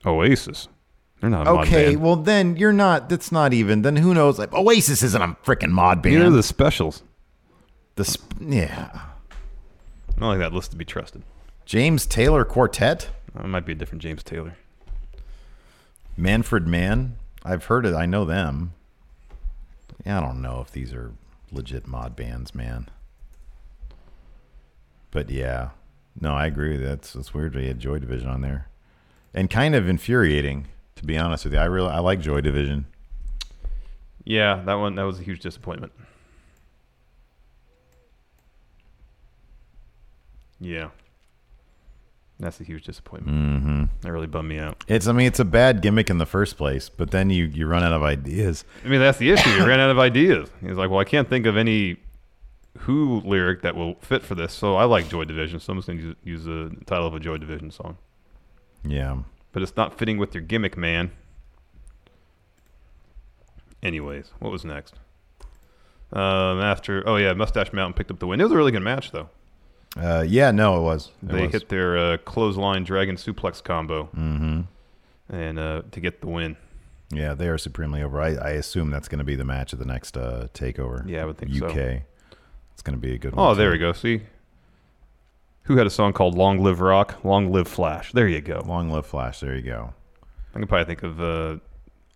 E: Oasis. They're not a mod
D: Okay,
E: band.
D: well then you're not. That's not even. Then who knows? Like Oasis isn't a freaking mod band.
E: Neither are the Specials.
D: The sp- yeah,
E: I don't like that list to be trusted.
D: James Taylor Quartet,
E: It might be a different James Taylor.
D: Manfred Mann. I've heard it. I know them. Yeah, I don't know if these are legit mod bands, man. But yeah, no, I agree. That's that's weird. They had Joy Division on there, and kind of infuriating to be honest with you. I really I like Joy Division.
E: Yeah, that one. That was a huge disappointment. Yeah. That's a huge disappointment. Mm-hmm. That really bummed me out.
D: It's I mean it's a bad gimmick in the first place, but then you you run out of ideas.
E: I mean, that's the issue. He ran out of ideas. He's like, well, I can't think of any Who lyric that will fit for this. So I like Joy Division. So I'm just going to use the title of a Joy Division song.
D: Yeah.
E: But it's not fitting with your gimmick, man. Anyways, what was next? Um, after, oh yeah, Mustache Mountain picked up the win. It was a really good match, though.
D: Uh, yeah, no, it was. It
E: they
D: was.
E: hit their uh, clothesline dragon suplex combo,
D: Mm-hmm.
E: and uh, to get the win.
D: Yeah, they are supremely over. I, I assume that's going to be the match of the next uh, takeover.
E: Yeah, I would think so.
D: UK. It's going to be a good one.
E: Oh, there
D: too.
E: we go. See, who had a song called "Long Live Rock, Long Live Flash"? There you go.
D: Long live Flash. There you go.
E: I can probably think of. Uh,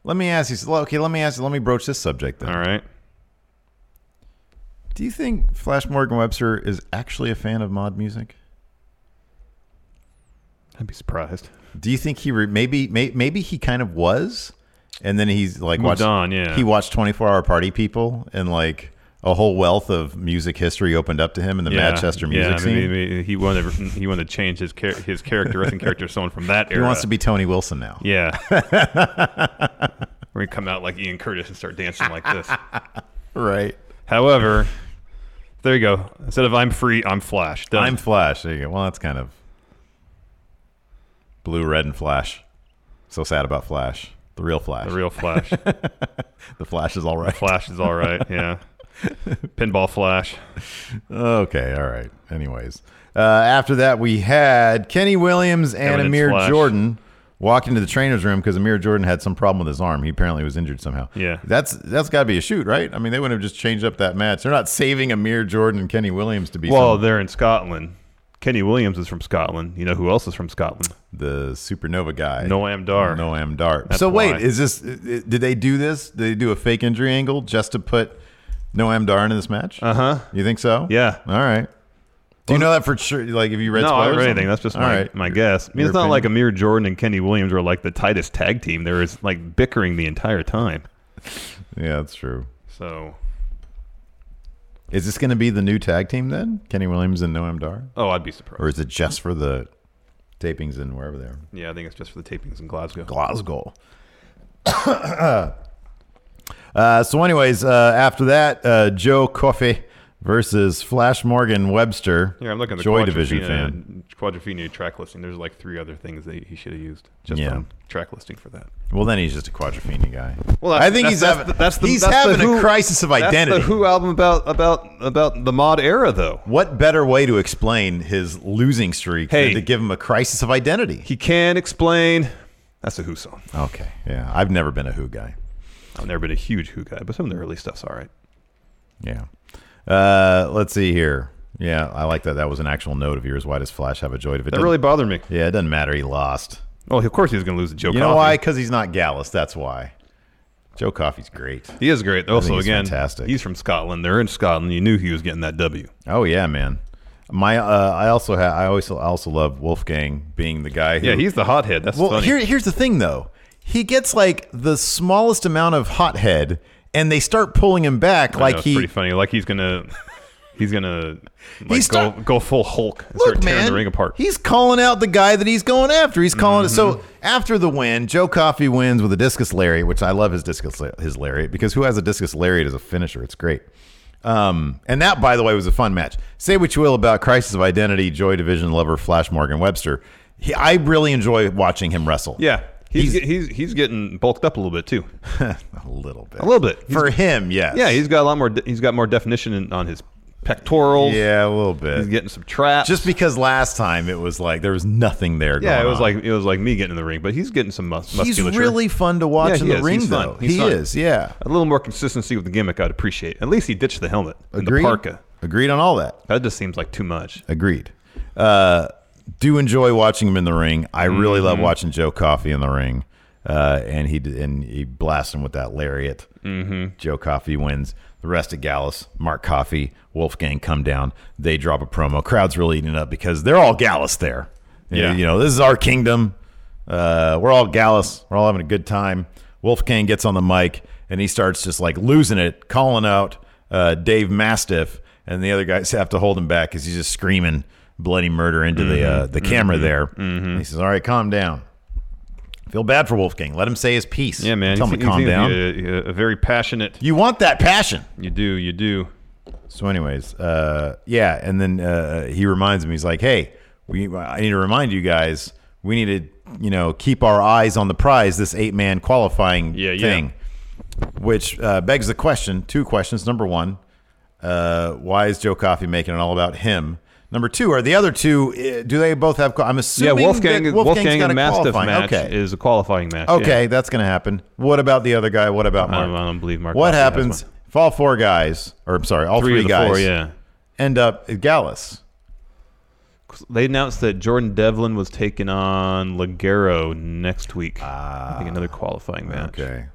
D: Let me ask you. Okay, let me ask you. Let me broach this subject then.
E: all right,
D: Do you think Flash Morgan Webster is actually a fan of mod music?
E: I'd be surprised.
D: Do you think he re- maybe may- maybe he kind of was, and then he's like
E: Moved
D: watched
E: on, yeah.
D: he watched Twenty Four Hour Party People and like a whole wealth of music history opened up to him in the
E: yeah,
D: Manchester music
E: yeah,
D: scene.
E: Maybe, maybe he wanted he wanted to change his char- his character, wrestling character, to someone from that
D: He
E: era.
D: wants to be Tony Wilson now.
E: Yeah.
D: <laughs>
E: We're gonna come out like Ian Curtis and start dancing like this.
D: Right.
E: However, there you go. Instead of I'm free, I'm Flash. Done.
D: I'm Flash. There you go. Well, that's kind of blue, red, and Flash. So sad about Flash. The real Flash.
E: the real Flash.
D: The Flash is all right.
E: Flash is all right.
D: <laughs>
E: Yeah. Pinball Flash.
D: Okay. All right. Anyways, uh, after that, we had Kenny Williams and
E: Evidence
D: Amir
E: Flash.
D: Jordan walk into the trainer's room because Amir Jordan had some problem with his arm. He apparently was injured somehow.
E: Yeah.
D: That's that's got to be a shoot, right? I mean, they wouldn't have just changed up that match. They're not saving Amir Jordan and Kenny Williams to be
E: Well,
D: some-
E: they're in Scotland. Kenny Williams is from Scotland. You know who else is from Scotland?
D: the supernova guy.
E: Noam Dar.
D: Noam Dar.
E: That's
D: so wait,
E: why.
D: is this? Did they do this? Did they do a fake injury angle just to put Noam Dar into this match? Uh huh. You think so?
E: Uh-huh. Yeah.
D: All right. Do you know that for sure? Like, if you read
E: No, I
D: spoilers
E: don't
D: or
E: read anything.
D: something?
E: That's just
D: All
E: my,
D: right.
E: my guess. I mean,
D: Your
E: it's not like
D: opinion?
E: Amir Jordan and Kenny Williams were like the tightest tag team. There was like bickering the entire time.
D: Yeah, that's true.
E: So,
D: Is this going to be the new tag team then? Kenny Williams and Noam Dar,
E: oh, I'd be surprised.
D: or is it just for the tapings and wherever they're
E: Yeah, I think it's just for the tapings in Glasgow.
D: Glasgow? <coughs> uh, so, anyways, uh, after that, uh, Joe Coffey versus Flash Morgan Webster.
E: Here, I'm looking at the
D: Joy
E: Quadrophenia-
D: Division fan.
E: Quadrophenia track listing. There's like three other things that he should have used just
D: Yeah.
E: on track listing for that.
D: Well, then he's just a Quadrophenia guy.
E: Well,
D: I think he's having he's having a crisis of identity.
E: That's the Who album about about about the mod era though.
D: What better way to explain his losing streak
E: Hey.
D: than to give him a crisis of identity?
E: He can explain. That's a Who song.
D: Okay, yeah, I've never been a Who guy.
E: I've never been a huge Who guy, but some of the early stuff's all right.
D: Yeah. Uh, let's see here. Yeah, I like that. That was an actual note of yours. Why does Flash have a joy division?
E: That really bothered me.
D: yeah, it doesn't matter. He lost.
E: Oh, of course he's going to lose to Joe.
D: You know
E: Coffey.
D: why? Because he's not Gallus. That's why. Joe Coffey's great.
E: He is great. Also,
D: he's
E: again,
D: fantastic.
E: he's from Scotland. They're in Scotland. You knew he was getting that W.
D: Oh yeah, man. My uh, I also have I always I also love Wolfgang being the guy. Who,
E: Yeah, he's the hothead. That's
D: Well,
E: funny.
D: here, here's the thing, though. He gets like the smallest amount of hothead, and they start pulling him back,
E: I know,
D: like
E: it's
D: he <laughs>
E: pretty funny. Like he's gonna he's gonna like,
D: He's
E: go
D: start-
E: go full Hulk and start
D: Look,
E: tearing
D: man,
E: the ring apart.
D: He's calling out the guy that he's going after. He's calling it. So
E: Mm-hmm.
D: after the win, Joe Coffey wins with a discus lariat, which I love his discus la- his lariat because who has a discus lariat as a finisher? It's great. Um, and that, by the way, was a fun match. Say what you will about Crisis of Identity, Joy Division lover Flash Morgan Webster. He, I really enjoy watching him wrestle.
E: yeah, he's
D: He's-
E: he's, he's getting bulked up a little bit too.
D: a little bit.
E: A little bit
D: for
E: He's-
D: him. Yes.
E: Yeah, he's got a lot more. de- He's got more definition in, on his pectorals.
D: yeah, a little bit.
E: he's getting some traps.
D: just because last time it was like there was nothing there.
E: yeah,
D: going
E: it was
D: on.
E: like it was like me getting in the ring, but he's getting some mus-
D: He's
E: musculature.
D: really fun to watch
E: Yeah,
D: in
E: he
D: the
E: is.
D: ring,
E: He's fun.
D: though.
E: He's
D: he
E: fun.
D: is, yeah.
E: a little more consistency with the gimmick. I'd appreciate. At least he ditched the helmet and the
D: Agreed.
E: parka.
D: Agreed on all that.
E: That just seems like too much.
D: Agreed. Uh, do enjoy watching him in the ring. I really
E: Mm-hmm.
D: love watching Joe Coffey in the ring, uh, and he did- and he blasts him with that lariat. Mm-hmm. Joe Coffey wins. The rest of Gallus, Mark Coffey, Wolfgang come down. They drop a promo. Crowd's really eating it up because they're all Gallus there. You know-
E: Yeah.
D: you know this is our kingdom. Uh, we're all Gallus. We're all having a good time. Wolfgang gets on the mic and he starts just like losing it, calling out uh, Dave Mastiff, and the other guys have to hold him back because he's just screaming bloody murder into the uh,
E: Mm-hmm.
D: the camera there. And he says, "All right, calm down. Feel bad for Wolfgang. Let him say his piece.
E: Yeah, man.
D: Tell
E: he
D: him to
E: seems-
D: calm
E: he
D: down.
E: seems to be A, a very passionate.
D: You want that passion."
E: You do. You do.
D: So, anyways, uh, yeah, and then uh, he reminds me. He's like, "Hey, we I need to remind you guys. We need to, you know, keep our eyes on the prize. This eight man qualifying
E: Yeah, yeah.
D: thing, which uh, begs the question. Two questions. Number one, uh, why is Joe Coffey making it all about him? Number two, are the other two? uh, Do they both have? qual- I'm assuming.
E: yeah, Wolfgang.
D: that
E: Wolfgang,
D: Wolfgang's got
E: and
D: a
E: Mastiff
D: qualifying.
E: match
D: Okay.
E: is a qualifying match. yeah.
D: Okay, that's going to happen. What about the other guy? What about
E: I
D: Mark?
E: don't- I don't believe Mark
D: What
E: Coffey has
D: happens
E: one.
D: if all four guys, or I'm sorry, all
E: Three,
D: three,
E: of the
D: guys,
E: four. Yeah.
D: end up at Gallus?
E: They announced that Jordan Devlin was taking on Ligero next week. I think another qualifying match.
D: Ah, Okay.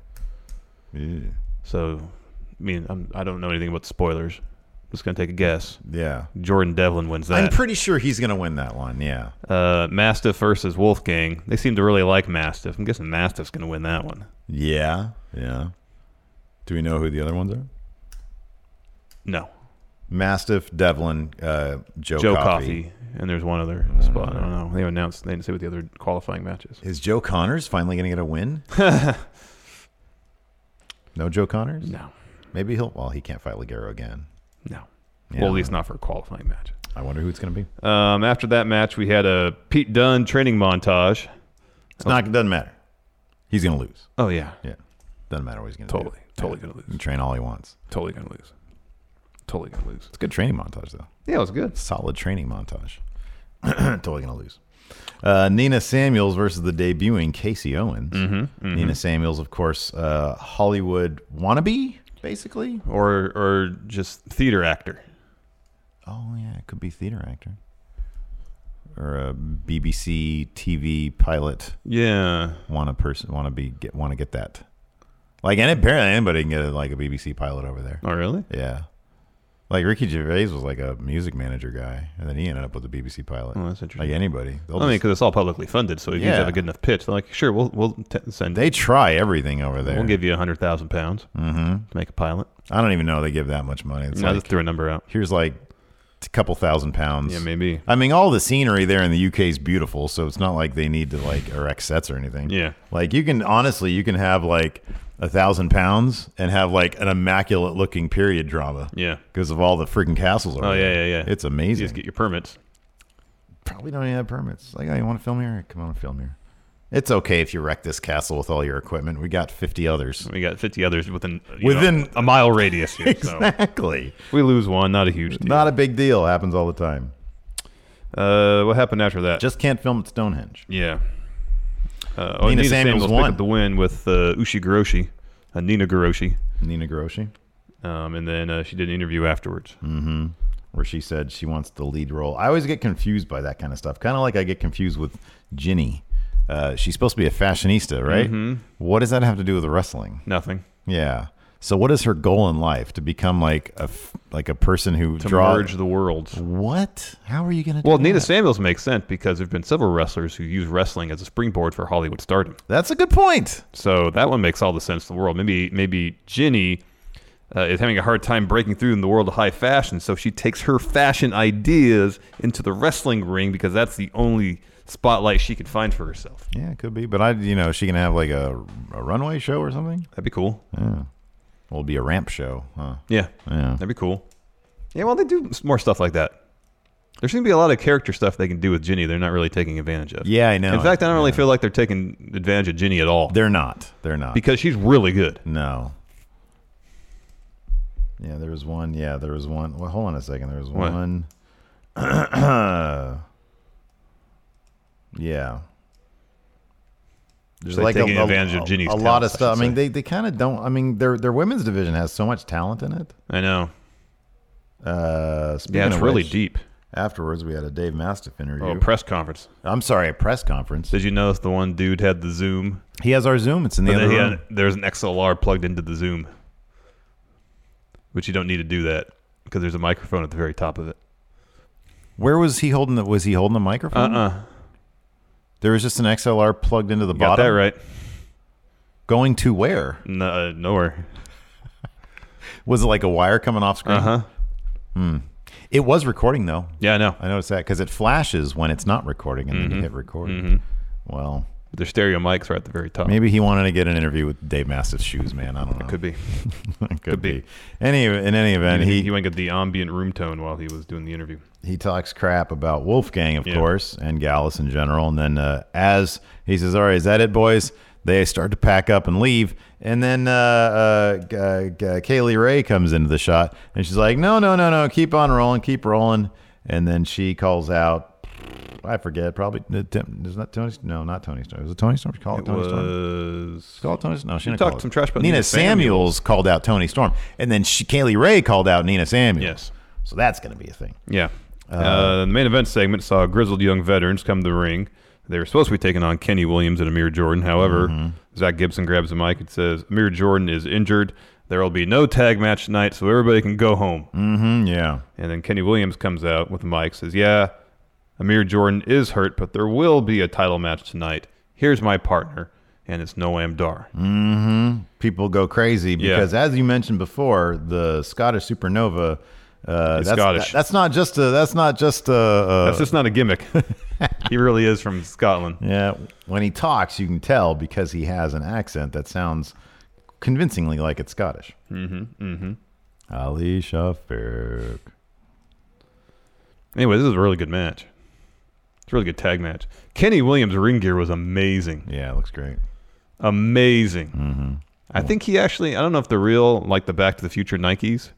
E: So, I mean, I'm, I don't know anything about spoilers. I'm just gonna take a guess.
D: Yeah.
E: Jordan Devlin wins that.
D: I'm pretty sure he's going to win that one. Yeah.
E: uh, Mastiff versus Wolfgang. They seem to really like Mastiff. I'm guessing Mastiff's gonna win that one.
D: Yeah. Yeah. Do we know who the other ones are?
E: No,
D: Mastiff, Devlin, uh, Joe,
E: Joe
D: Coffey.
E: Coffey, and there's one other spot. Oh, I don't know. They announced. They didn't say what the other qualifying matches.
D: Is Joe Connors finally going to get a
E: <laughs>
D: win? no Joe Connors?
E: No,
D: Maybe he'll, well, he can't fight Ligero again.
E: no.
D: Yeah.
E: Well, at least not for a qualifying match.
D: I wonder who it's going to be.
E: Um, after that match, we had a Pete Dunne training montage.
D: It's not, it doesn't matter. He's going to lose.
E: Oh yeah,
D: Yeah. Doesn't matter what he's going to
E: Totally.
D: do.
E: Totally
D: Yeah.
E: gonna lose.
D: He can train all he wants.
E: totally gonna lose. Totally gonna lose.
D: It's a good training montage, though.
E: Yeah, it was good.
D: solid training montage. <clears throat> totally gonna lose. Uh, Nina Samuels versus the debuting Casey Owens.
E: Mm-hmm.
D: Nina Samuels, of course, uh, Hollywood wannabe, basically.
E: Or or just theater actor.
D: Oh yeah, it could be theater actor or a BBC TV pilot.
E: Yeah.
D: Want to person? Want to be? Get, want to get that? Like, and apparently anybody can get a, like a BBC pilot over there.
E: Oh really?
D: Yeah. Like Ricky Gervais was like a music manager guy, and then he ended up with a BBC pilot.
E: Oh, that's interesting.
D: Like anybody, They'll
E: I mean,
D: just-
E: because it's all publicly funded, so if you
D: Yeah.
E: have a good enough pitch, they're like, sure, we'll we'll t- send.
D: They try everything over there.
E: we'll give you a hundred thousand pounds to make a pilot.
D: I don't even know they give that much money. It's
E: No, I
D: like,
E: just threw a number out.
D: here's like a couple thousand pounds.
E: Yeah, maybe.
D: I mean, all the scenery there in the UK is beautiful, so it's not like they need to like erect sets or anything.
E: Yeah.
D: like you can honestly, you can have like a thousand pounds and have like an immaculate looking period drama.
E: Yeah.
D: because of all the freaking castles. Over
E: Oh yeah, yeah,
D: there.
E: yeah.
D: It's
E: You
D: amazing.
E: just get your permits.
D: Probably don't even have permits. Like, oh, you want to film here? Come on, film here. It's okay if you wreck this castle with all your equipment. We got fifty
E: <laughs>
D: others.
E: We got fifty others within you know,
D: Within-
E: a mile radius here. So
D: <laughs> Exactly.
E: we lose one, not a huge deal.
D: Not a big deal. Happens all the time.
E: uh, what happened after that?
D: Just can't film at Stonehenge.
E: yeah. Uh, oh,
D: Nina
E: Nina,
D: Samuels
E: Samuels, picked
D: won.
E: up the win with uh, Ushiguroshi, uh, Nina Garoshi,
D: Nina Garoshi,
E: um, and then uh, she did an interview afterwards.
D: Hmm. where she said she wants the lead role. I always get confused by that kind of stuff. Kind of like I get confused with Ginny. Uh, she's supposed to be a fashionista, right?
E: Mm-hmm.
D: What does that have to do with wrestling?
E: Nothing.
D: Yeah. So what is her goal in life? To become like a f- like a person who
E: To
D: draws
E: merge the worlds.
D: what? How are you gonna?
E: Well,
D: do
E: Nina
D: that?
E: Samuels makes sense because there've been several wrestlers who use wrestling as a springboard for Hollywood stardom.
D: That's a good point.
E: So that one makes all the sense in the world. Maybe maybe Ginny uh, is having a hard time breaking through in the world of high fashion, so she takes her fashion ideas into the wrestling ring because that's the only spotlight she can find for herself.
D: Yeah, it could be. But I, you know, is she gonna have like a, a runway show or something?
E: That'd be cool.
D: Yeah. Well, it'll be a ramp show, huh?
E: Yeah,
D: Yeah.
E: that'd be cool. Yeah, well, they do s- more stuff like that. There seems to be a lot of character stuff they can do with Ginny. They're not really taking advantage of.
D: Yeah, I know.
E: In fact, I don't really
D: Yeah.
E: feel like they're taking advantage of Ginny at all.
D: They're not. They're not.
E: because she's really good.
D: no. Yeah, there was one. Yeah, there was one. Well, hold on a second. There was
E: What?
D: one. <clears throat> yeah. There's
E: They're taking advantage of Ginny's
D: a lot of
E: talents, I
D: stuff. I,
E: should
D: mean, they,
E: say.
D: they kind of don't. I mean, their their women's division has so much talent in it.
E: I know.
D: Uh, speaking
E: Yeah, it's
D: of
E: really
D: which,
E: deep.
D: Afterwards, we had a Dave Mastiff interview.
E: Oh, press conference.
D: I'm sorry, a press conference.
E: Did you notice the one dude had the Zoom?
D: He has our Zoom. It's in the
E: But
D: other
E: then he
D: room.
E: had, there's an XLR plugged into the Zoom, which you don't need to do that because there's a microphone at the very top of it.
D: Where was he holding the? Was he holding the
E: Uh
D: microphone?
E: uh
D: There was just an XLR plugged into the
E: Got
D: bottom.
E: that right.
D: Going to where?
E: No, uh, nowhere.
D: Was it like a wire coming off screen?
E: Uh huh.
D: It was recording though.
E: Yeah, I know.
D: I noticed that because it flashes when it's not recording, and then
E: Mm-hmm.
D: you hit record. Well,
E: Their stereo mics are at the very top.
D: maybe he wanted to get an interview with Dave Mastiff's shoes, man. I don't know.
E: Could be.
D: <laughs> could, be. Any in any event,
E: And he,
D: he
E: he went get the ambient room tone while he was doing the interview.
D: he talks crap about Wolfgang, of
E: Yeah.
D: course, and Gallus in general. And then uh, as he says, "All right, is that it, boys?" They start to pack up and leave. And then uh, uh, G- uh, G- uh, Kaylee Ray comes into the shot, and she's like, "No, no, no, no, keep on rolling, keep rolling." And then she calls out, "I forget, probably uh, Tim, is not Tony? No, not Tony Storm. Is it Tony Storm? She called it,
E: It
D: Tony Storm."
E: was.
D: Call it Tony Storm. No, she
E: You
D: didn't
E: talked
D: call it.
E: some trash about
D: Nina
E: Nina
D: Samuels,
E: Samuels.
D: called out Tony Storm, and then she, Kaylee Ray called out Nina Samuels.
E: Yes.
D: So that's going to be a thing.
E: Yeah. Uh, the main event segment saw grizzled young veterans come to the ring. They were supposed to be taking on Kenny Williams and Amir Jordan. However,
D: Mm-hmm.
E: Zach Gibson grabs the mic and says, Amir Jordan is injured. There will be no tag match tonight, so everybody can go home.
D: Mm, yeah.
E: And then Kenny Williams comes out with the mic, says, Yeah, Amir Jordan is hurt, but there will be a title match tonight. Here's my partner, and it's Noam Dar.
D: Mm. people go crazy
E: Yeah.
D: because, as you mentioned before, the Scottish supernova. Uh,
E: It's
D: that's,
E: Scottish.
D: that- that's not just a. That's not just a. a
E: That's just not a gimmick. <laughs> he really is from Scotland.
D: yeah. When he talks, you can tell because he has an accent that sounds convincingly like it's Scottish. Mm-hmm. Mm-hmm. Ali Shafiq.
E: Anyway, this is a really good match. It's a really good tag match. Kenny Williams' ring gear was amazing.
D: Yeah, it looks great.
E: Amazing. Mm-hmm. I think he actually, I don't know if the real, like the Back to the Future Nikes,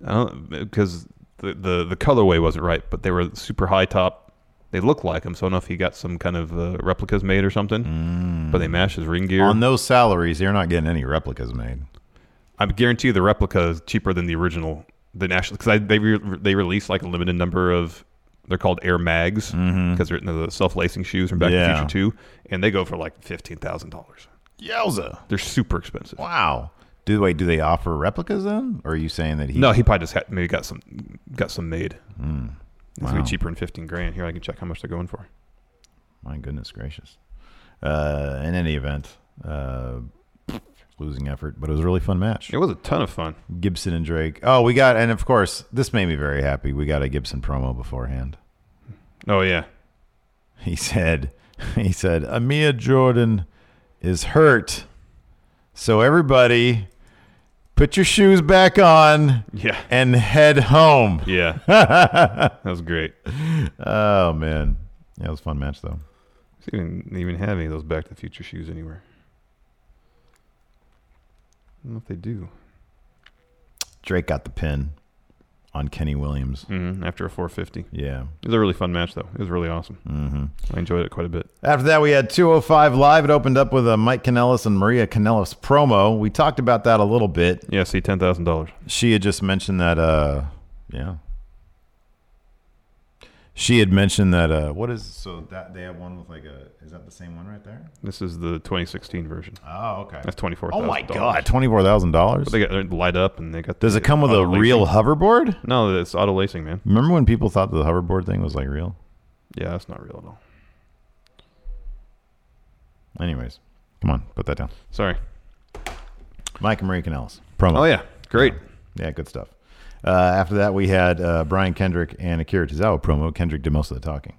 E: because the, the, the colorway wasn't right, but they were super high top. They look like him, so I don't know if he got some kind of uh, replicas made or something, but they match his ring gear.
D: On those salaries, you're not getting any replicas made.
E: I guarantee you the replica is cheaper than the original, the national, because they re- they released like a limited number of. They're called Air Mags because they're they're the self-lacing shoes from Back
D: Mm-hmm. Yeah.
E: to the Future Two, and they go for like fifteen thousand dollars.
D: Yowza!
E: They're super expensive.
D: Wow. Do wait? Do they offer replicas then? Or are you saying that he?
E: No, he probably just had, maybe got some got some made. It's gonna
D: Hmm. Wow.
E: be cheaper than fifteen grand. Here I can check how much they're going for.
D: My goodness gracious. Uh, in any event, uh, losing effort, but it was a really fun match.
E: It was a ton of fun.
D: Gibson and Drake. Oh, we got, and of course, this made me very happy. We got a Gibson promo beforehand. <laughs>
E: Oh yeah,
D: He said, he said, Amia Jordan is hurt. So everybody, put your shoes back on <laughs>
E: yeah,
D: and head home. <laughs>
E: yeah. that was great.
D: Oh, man. Yeah, it was a fun match, though.
E: They didn't even have any of those Back to the Future shoes anywhere. I don't know if they do.
D: Drake got the pin on Kenny Williams.
E: hmm after a 450. It
D: Yeah.
E: was a really fun match, though. It was really awesome. Mm-hmm. I enjoyed it quite a bit.
D: After that, we had 205 Live. It opened up with a Mike Kanellis and Maria Kanellis promo. We talked about that a little bit.
E: Yeah, see, ten thousand dollars.
D: She had just mentioned that, uh, yeah. She had mentioned that, uh, what is, so that they have one with like a, is that the same one right there?
E: This is the 2016 version.
D: Oh, okay.
E: That's $24,000.
D: Oh my God, $24,000?
E: But they got they light up and they got.
D: Does
E: the
D: it come with a
E: auto lacing.
D: real hoverboard?
E: No, it's auto lacing, man.
D: Remember when people thought the hoverboard thing was like real?
E: Yeah, that's not real at all.
D: Anyways, come on, put that down.
E: Sorry.
D: Mike and Maria Kanellis promo.
E: Oh yeah, Great.
D: Yeah, good stuff. Uh, after that, we had uh, Brian Kendrick and Akira Tozawa promo. Kendrick did most of the talking.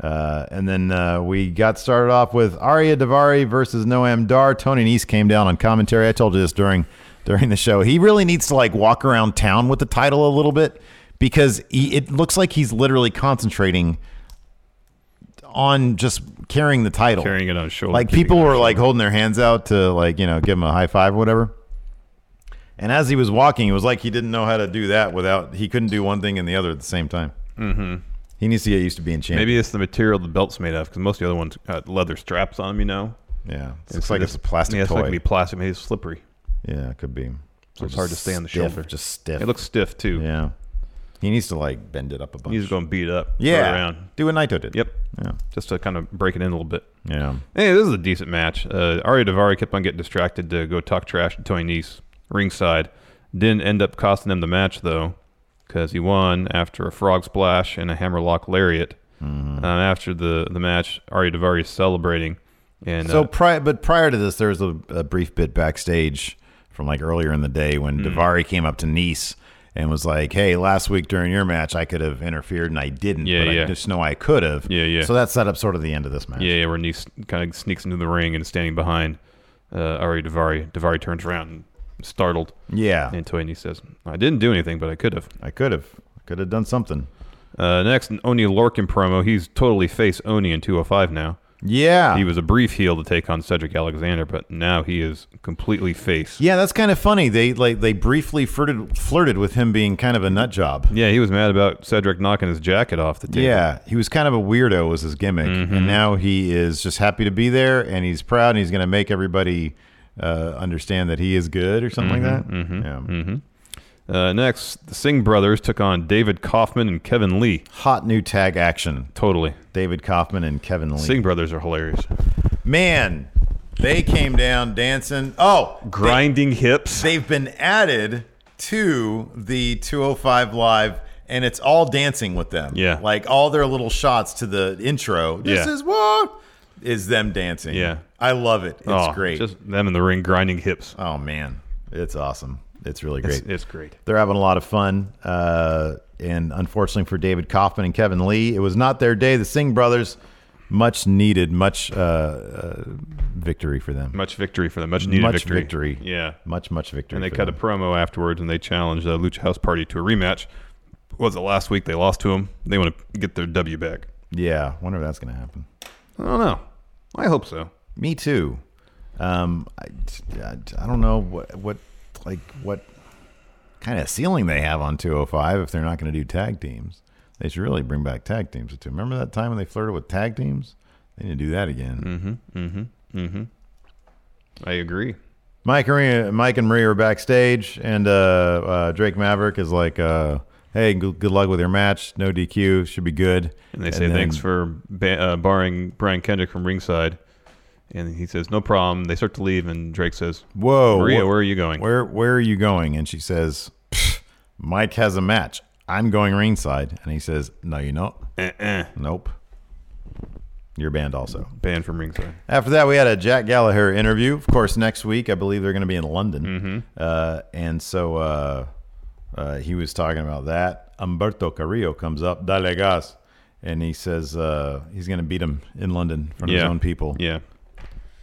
D: Uh, and then uh, we got started off with Arya Davari versus Noam Dar. Tony Nese came down on commentary. I told you this during during the show. He really needs to like walk around town with the title a little bit because he, it looks like he's literally concentrating on just carrying the title,
E: Carrying it on his shoulder,
D: Like
E: keeping
D: people
E: it on
D: were
E: his
D: like holding their hands out to like you know give him a high five or whatever. And as he was walking, it was like he didn't know how to do that without he couldn't do one thing and the other at the same time.
E: Mm-hmm.
D: He needs to get used to being champion.
E: Maybe it's the material the belt's made of because most of the other ones got leather straps on them, you know?
D: Yeah. It
E: And
D: looks
E: so
D: like
E: this-
D: it's a plastic
E: yeah,
D: toy.
E: it's like be plastic. Maybe it's slippery.
D: Yeah, it could be.
E: So
D: Or
E: it's hard to
D: just
E: stay on the
D: stiff,
E: shoulder.
D: Just stiff.
E: It looks stiff, too.
D: Yeah. He needs to like bend it up a bunch.
E: He's going to beat it up. throw it
D: yeah.
E: around.
D: Do what Naito did.
E: Yep.
D: Yeah.
E: Just to kind of break it in a little bit.
D: Yeah.
E: Hey, this is a decent match. Uh, Ari Davari kept on getting distracted to go talk trash to Tony Nese ringside. Didn't end up costing him the match, though, because he won after a frog splash and a hammerlock lariat.
D: Mm-hmm.
E: Um, after the, the match, Ari Davari is celebrating. And
D: so
E: uh,
D: prior, but prior to this, there was a, a brief bit backstage from like earlier in the day
E: Hmm.
D: when Davari came up to Nice and was like, "Hey, last week during your match, I could have interfered and I didn't.
E: Yeah,
D: but I
E: yeah.
D: just know I could have.
E: Yeah, yeah.
D: So that set up sort of the end of this match.
E: Yeah, yeah, where Nice kind of sneaks into the ring and standing behind uh, Ari Davari. Davari turns around and startled.
D: Yeah.
E: And Toei Nice says, I didn't do anything, but I could have.
D: I could have. I could have done something.
E: Uh, next, an Oni Lorkin promo. He's totally face Oni in 205 now.
D: Yeah.
E: He was a brief heel to take on Cedric Alexander, but now he is completely face.
D: yeah, that's kind of funny. They like they briefly flirted flirted with him being kind of a nut job.
E: Yeah, he was mad about Cedric knocking his jacket off the table.
D: Yeah, he was kind of a weirdo was his gimmick,
E: Mm-hmm.
D: and now he is just happy to be there, and he's proud, and he's going to make everybody uh, understand that he is good or something like
E: Mm-hmm,
D: that. yeah.
E: Uh, next, the Singh brothers took on David Kaufman and Kevin Lee.
D: Hot new tag action:
E: Totally.
D: David Kaufman and Kevin Lee.
E: Singh brothers are hilarious.
D: Man, they came down dancing. Oh,
E: Grinding hips.
D: They've been added to the 205 Live, and it's all dancing with them.
E: Yeah.
D: Like all their little shots to the intro. This
E: Yeah.
D: is what is them dancing.
E: Yeah.
D: I love it. It's
E: Oh,
D: great.
E: Just them in the ring grinding hips.
D: oh, man. It's awesome. It's really great.
E: It's, it's great.
D: They're having a lot of fun. Uh, and unfortunately for David Kaufman and Kevin Lee, it was not their day. The Singh brothers, much needed, much uh, uh, victory for them.
E: Much victory for them. Much needed
D: much
E: victory.
D: victory.
E: Yeah.
D: Much, much victory.
E: and they
D: for
E: cut
D: them.
E: a promo afterwards and they challenged uh, Lucha House Party to a rematch. Was it last week they lost to him? They want to get their W back.
D: Yeah, wonder if that's going to happen.
E: I don't know. I hope so.
D: Me too. Um, I, I, I don't know what what like what kind of ceiling they have on 205 if they're not going to do tag teams. They should really bring back tag teams too. Remember that time when they flirted with tag teams? They need to do that again.
E: I agree.
D: Mike, Maria, Mike and Maria are backstage, and uh, uh, Drake Maverick is like, uh, "Hey, good, good luck with your match. No DQ, should be good."
E: And they say thanks
D: then-
E: for ba- uh, barring Brian Kendrick from ringside. And he says no problem. They start to leave, and Drake says,
D: Whoa,
E: Maria,
D: wh-
E: where are you going?"
D: Where where are you going? And she says, "Pfft, Mike has a match. I'm going ringside. And he says, No, you not.
E: Uh-uh.
D: Nope. You're banned also.
E: Banned from ringside.
D: After that, we had a Jack Gallagher interview. Of course, next week, I believe they're going to be in London.
E: Mm-hmm.
D: Uh, and so uh, uh, he was talking about that. Umberto Carrillo comes up, Dale Gas, and he says uh, he's going to beat him in London in front of
E: Yeah.
D: his own people.
E: Yeah.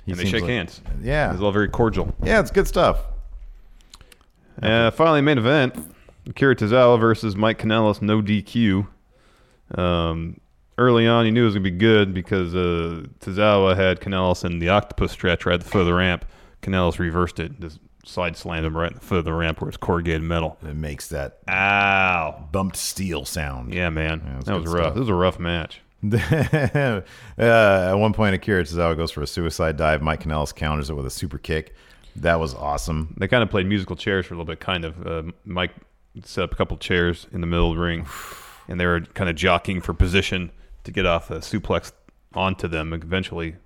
D: He
E: and they
D: seems
E: shake
D: like-
E: hands.
D: Yeah.
E: It's all very cordial.
D: Yeah, it's good stuff.
E: Uh, finally, main event: Akira Tozawa versus Mike Kanellis, no DQ. Um, early on, you knew it was gonna be good because uh, Tozawa had Kanellis in the octopus stretch right at the foot of the ramp. Kanellis reversed it, and just side slammed him right at the foot of the ramp where it's corrugated metal.
D: It makes that
E: Ow!
D: bumped steel sound.
E: Yeah, man,
D: Yeah, that's
E: that was
D: good
E: rough.
D: stuff.
E: This was a rough match.
D: <laughs> uh, at one point, Akira Tozawa goes for a suicide dive. Mike Kanellis counters it with a super kick. That was awesome.
E: They kind of played musical chairs for a little bit, kind of. Uh, Mike set up a couple chairs in the middle of
D: <sighs>
E: the ring, and they were kind of jockeying for position to get off the suplex onto them. And eventually,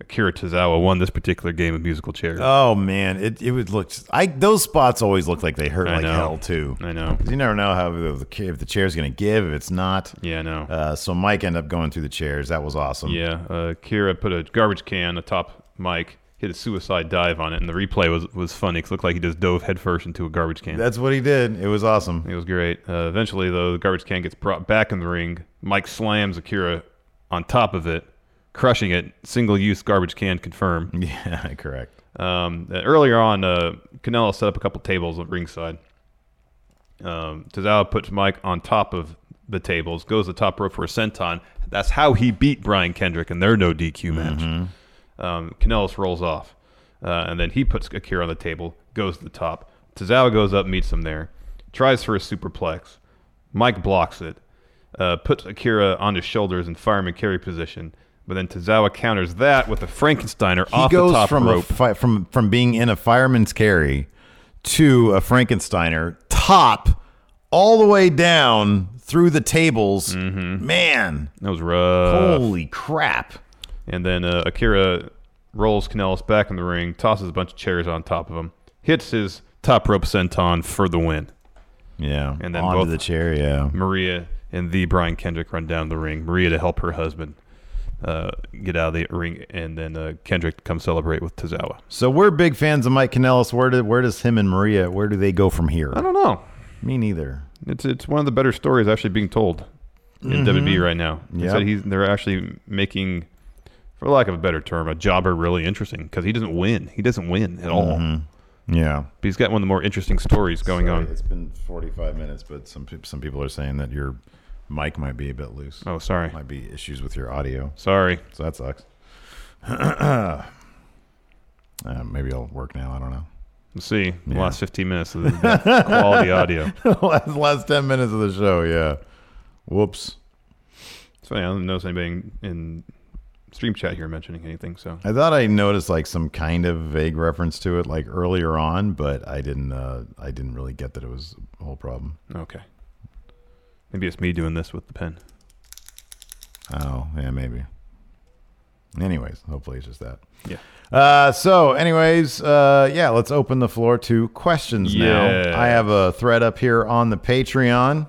E: Akira Tozawa won this particular game of musical chairs.
D: Oh man, it it would look. I those spots always look like they hurt
E: I
D: like
E: know.
D: hell too.
E: I know.
D: 'Cause you never know how if the, ca- if the chair's going to give, if it's not.
E: yeah, I know.
D: Uh, so Mike ended up going through the chairs. That was awesome.
E: yeah, uh, Akira put a garbage can atop Mike, hit a suicide dive on it, and the replay was was funny. 'cause it looked like he just dove headfirst into a garbage can.
D: That's what he did. It was awesome. <laughs>
E: It was great. Uh, eventually, though, the garbage can gets brought back in the ring. Mike slams Akira on top of it, crushing it. Single use garbage can confirmed.
D: Yeah, correct.
E: Um, uh, earlier on, uh, Canelo set up a couple tables at ringside. Um, Tozawa puts Mike on top of the tables, goes to the top rope for a senton. That's how he beat Brian Kendrick in their no DQ match.
D: Mm-hmm.
E: Um, Kanellis rolls off, uh, and then he puts Akira on the table, goes to the top. Tozawa goes up, meets him there, tries for a superplex. Mike blocks it, uh, puts Akira on his shoulders in fireman carry position, but then Tozawa counters that with a Frankensteiner
D: He
E: off
D: goes
E: the top
D: from
E: rope.
D: a fi- from from being in a fireman's carry to a Frankensteiner top all the way down through the tables.
E: Mm-hmm.
D: Man,
E: that was rough.
D: holy crap!
E: And then uh, Akira rolls Kanellis back in the ring, tosses a bunch of chairs on top of him, hits his top rope senton for the win.
D: Yeah,
E: And then
D: onto
E: both-
D: the chair. Yeah,
E: Maria and the Brian Kendrick run down the ring. Maria to help her husband uh, get out of the ring, and then uh, Kendrick to come celebrate with Tozawa.
D: so we're big fans of Mike Kanellis. Where do, where does him and Maria? Where do they go from here?
E: I don't know.
D: Me neither.
E: It's it's one of the better stories actually being told in WWE right now. He
D: Yeah.
E: said he's they're actually making, for lack of a better term, a jobber really interesting because he doesn't win. He doesn't win at all.
D: Yeah.
E: But he's got one of the more interesting stories going
D: Sorry,
E: on.
D: It's been 45 minutes, but some peop- some people are saying that your mic might be a bit loose.
E: Oh, sorry,
D: Might be issues with your audio.
E: sorry.
D: So that sucks. <clears throat> uh, maybe I'll work now. I don't know. <laughs>
E: Let's see. The last fifteen minutes <laughs> of the quality audio.
D: last, last 10 minutes of the show, yeah. Whoops.
E: It's funny. I don't notice anybody in, in stream chat here mentioning anything. So
D: I thought I noticed like some kind of vague reference to it like earlier on, but I didn't uh I didn't really get that it was a whole problem.
E: okay, maybe it's me doing this with the pen.
D: Oh, yeah, maybe. Anyways, hopefully it's just that.
E: Yeah.
D: Uh, so, anyways, uh, yeah, let's open the floor to questions
E: Yeah.
D: now. I have a thread up here on the Patreon.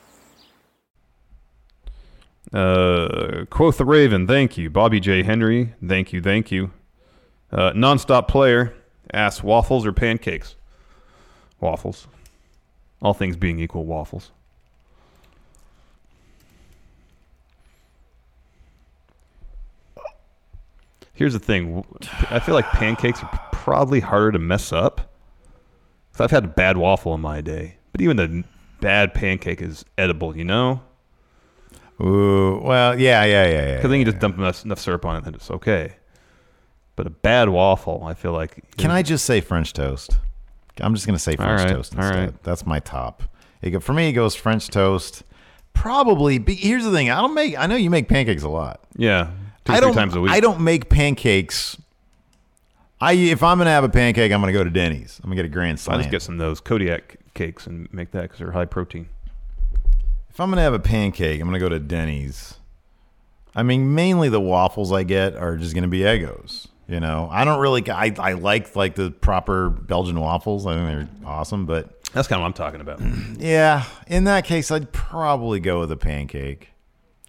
E: Uh, Quoth the Raven, thank you. Bobby J. Henry, thank you, thank you. Uh, nonstop player asks waffles or pancakes? Waffles. All things being equal, waffles. Here's the thing. I feel like pancakes are probably harder to mess up. Because I've had a bad waffle in my day. But even a bad pancake is edible, you know?
D: Ooh, well, yeah, yeah, yeah, yeah.
E: Because then you just dump enough, enough syrup on it, then it's okay. But a bad waffle, I feel like.
D: Can I just say French toast? I'm just gonna say French
E: right,
D: toast
E: all
D: instead.
E: right.
D: That's my top. It go, for me, it goes French toast. Probably. Be, here's the thing. I don't make. I know you make pancakes a lot.
E: Yeah, two
D: I
E: three
D: don't,
E: times a week.
D: I don't make pancakes. I if I'm gonna have a pancake, I'm gonna go to Denny's. I'm gonna get a grand
E: I
D: slam.
E: just get some of those Kodiak cakes and make that because they're high protein.
D: if I'm gonna have a pancake, I'm gonna go to Denny's. I mean, mainly the waffles I get are just gonna be Eggos. You know, I don't really. I I like like the proper Belgian waffles. I think they're awesome, but.
E: That's kind of what I'm talking about.
D: Yeah, in that case, I'd probably go with a pancake.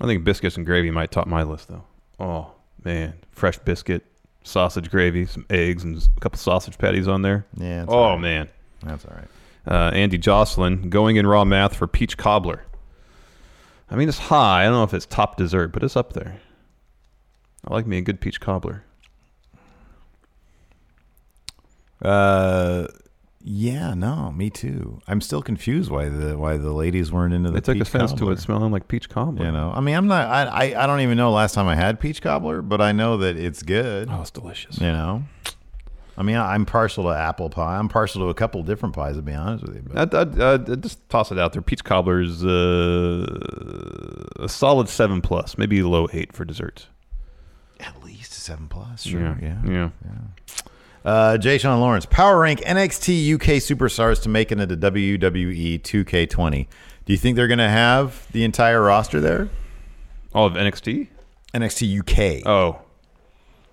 E: I think biscuits and gravy might top my list though. Oh man, fresh biscuit, sausage gravy, some eggs, and a couple sausage patties on there.
D: Yeah, it's
E: Oh
D: alright.
E: man.
D: That's all right.
E: uh, Andy Jocelyn, going in raw math for peach cobbler. I mean, it's high. I don't know if it's top dessert, but it's up there. I like me a good peach cobbler.
D: Uh, yeah, no, me too. I'm still confused why the why the ladies weren't into the.
E: They took
D: peach
E: offense to
D: cobbler.
E: it smelling like peach cobbler.
D: You know, I mean, I'm not. I, I I don't even know last time I had peach cobbler, but I know that it's good. Oh, it's delicious. You know, I mean, I, I'm partial to apple pie. I'm partial to a couple different pies, to be honest with you. But
E: I'd, I'd, I'd just toss it out there. Peach cobbler's uh, a solid seven plus, maybe a low eight for dessert.
D: at least a seven plus. Sure.
E: Yeah,
D: Oh, Yeah.
E: yeah.
D: Uh, Jay Sean Lawrence, power rank NXT UK superstars to make it into E WWE 2K20. Do you think they're going to have the entire roster there?
E: All Oh, of NXT?
D: NXT UK.
E: Oh.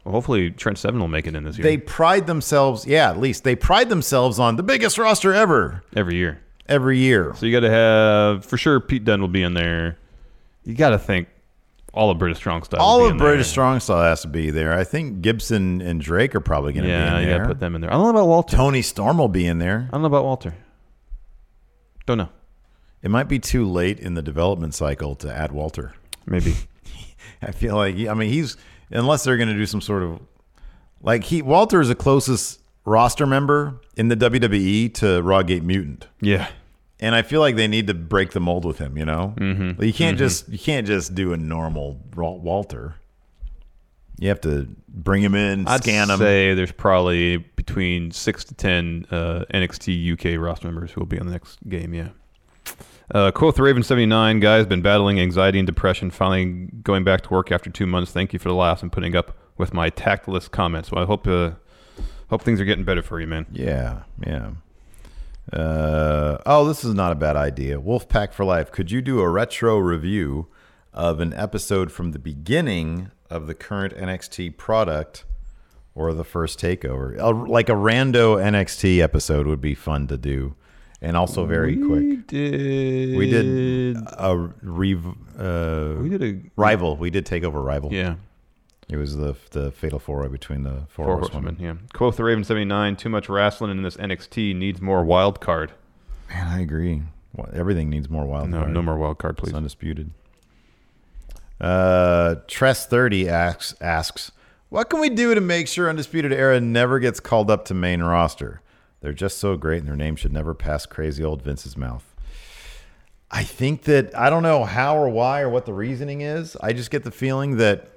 E: Well, hopefully Trent Seven will make it in this year.
D: They pride themselves, yeah, at least they pride themselves on the biggest roster ever
E: Every year.
D: every year.
E: So you got to have, for sure, Pete Dunne will be in there. You got to think all of British Strong Style. will
D: All
E: be
D: of
E: in there.
D: British Strong Style has to be there. I think Gibson and Drake are probably going to
E: Yeah,
D: be in
E: you
D: there.
E: gotta put them in there. I don't know about Walter.
D: Tony Storm will be in there.
E: I don't know about Walter. Don't know.
D: It might be too late in the development cycle to add Walter.
E: Maybe.
D: <laughs> I feel like I mean he's unless they're going to do some sort of like he Walter is the closest roster member in the WWE to Rawgate Mutant,
E: Yeah.
D: and I feel like they need to break the mold with him. You know, mm-hmm. you can't just you can't just do a normal Ra- Walter. You have to bring him in,
E: I'd
D: scan him.
E: say there's probably between six to ten uh, NXT UK roster members who will be on the next game. Yeah. Uh, Quoth Raven seventy nine guys been battling anxiety and depression. Finally going back to work after two months. Thank you for the laughs and putting up with my tactless comments. Well, I hope uh, hope things are getting better for you, man.
D: Yeah, yeah. Uh, oh, this is not a bad idea. Wolfpack for Life. Could you do a retro review of an episode from the beginning of the current NXT product or the first takeover? A, like a rando NXT episode would be fun to do, and also very quick.
E: did.
D: We did a re, uh,
E: We did a
D: rival. We did takeover rival.
E: yeah.
D: It was the the fatal four way between the four,
E: Four
D: horsewomen.
E: horsemen. Yeah. Quoth the Raven seventy nine. Too much wrestling in this NXT needs more wild card.
D: Man, I agree. Well, everything needs more wild.
E: No,
D: card.
E: no more wild card, please.
D: It's undisputed. Uh, Tress thirty asks asks, what can we do to make sure Undisputed Era never gets called up to main roster? They're just so great, and their name should never pass crazy old Vince's mouth. I think that I don't know how or why or what the reasoning is. I just get the feeling that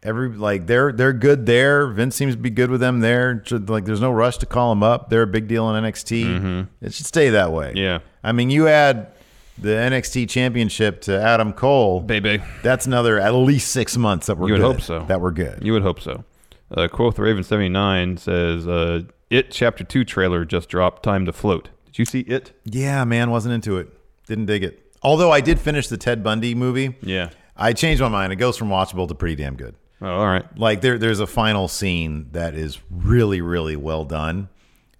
D: every like they're they're good there. Vince seems to be good with them there. Ju- Like there's no rush to call them up. They're a big deal in NXT. It should stay that way.
E: Yeah.
D: I mean, you add the NXT Championship to Adam Cole,
E: Baby.
D: that's another at least six months that we're
E: You would
D: good,
E: hope so.
D: That we're good.
E: You would hope so. Uh, Quoth Raven seventy nine says, uh, "It Chapter Two trailer just dropped. Time to float. Did you see it?
D: yeah, man, wasn't into it. Didn't dig it. Although I did finish the Ted Bundy movie.
E: Yeah.
D: I changed my mind. It goes from watchable to pretty damn good.
E: Oh, all right.
D: like there there's a final scene that is really really well done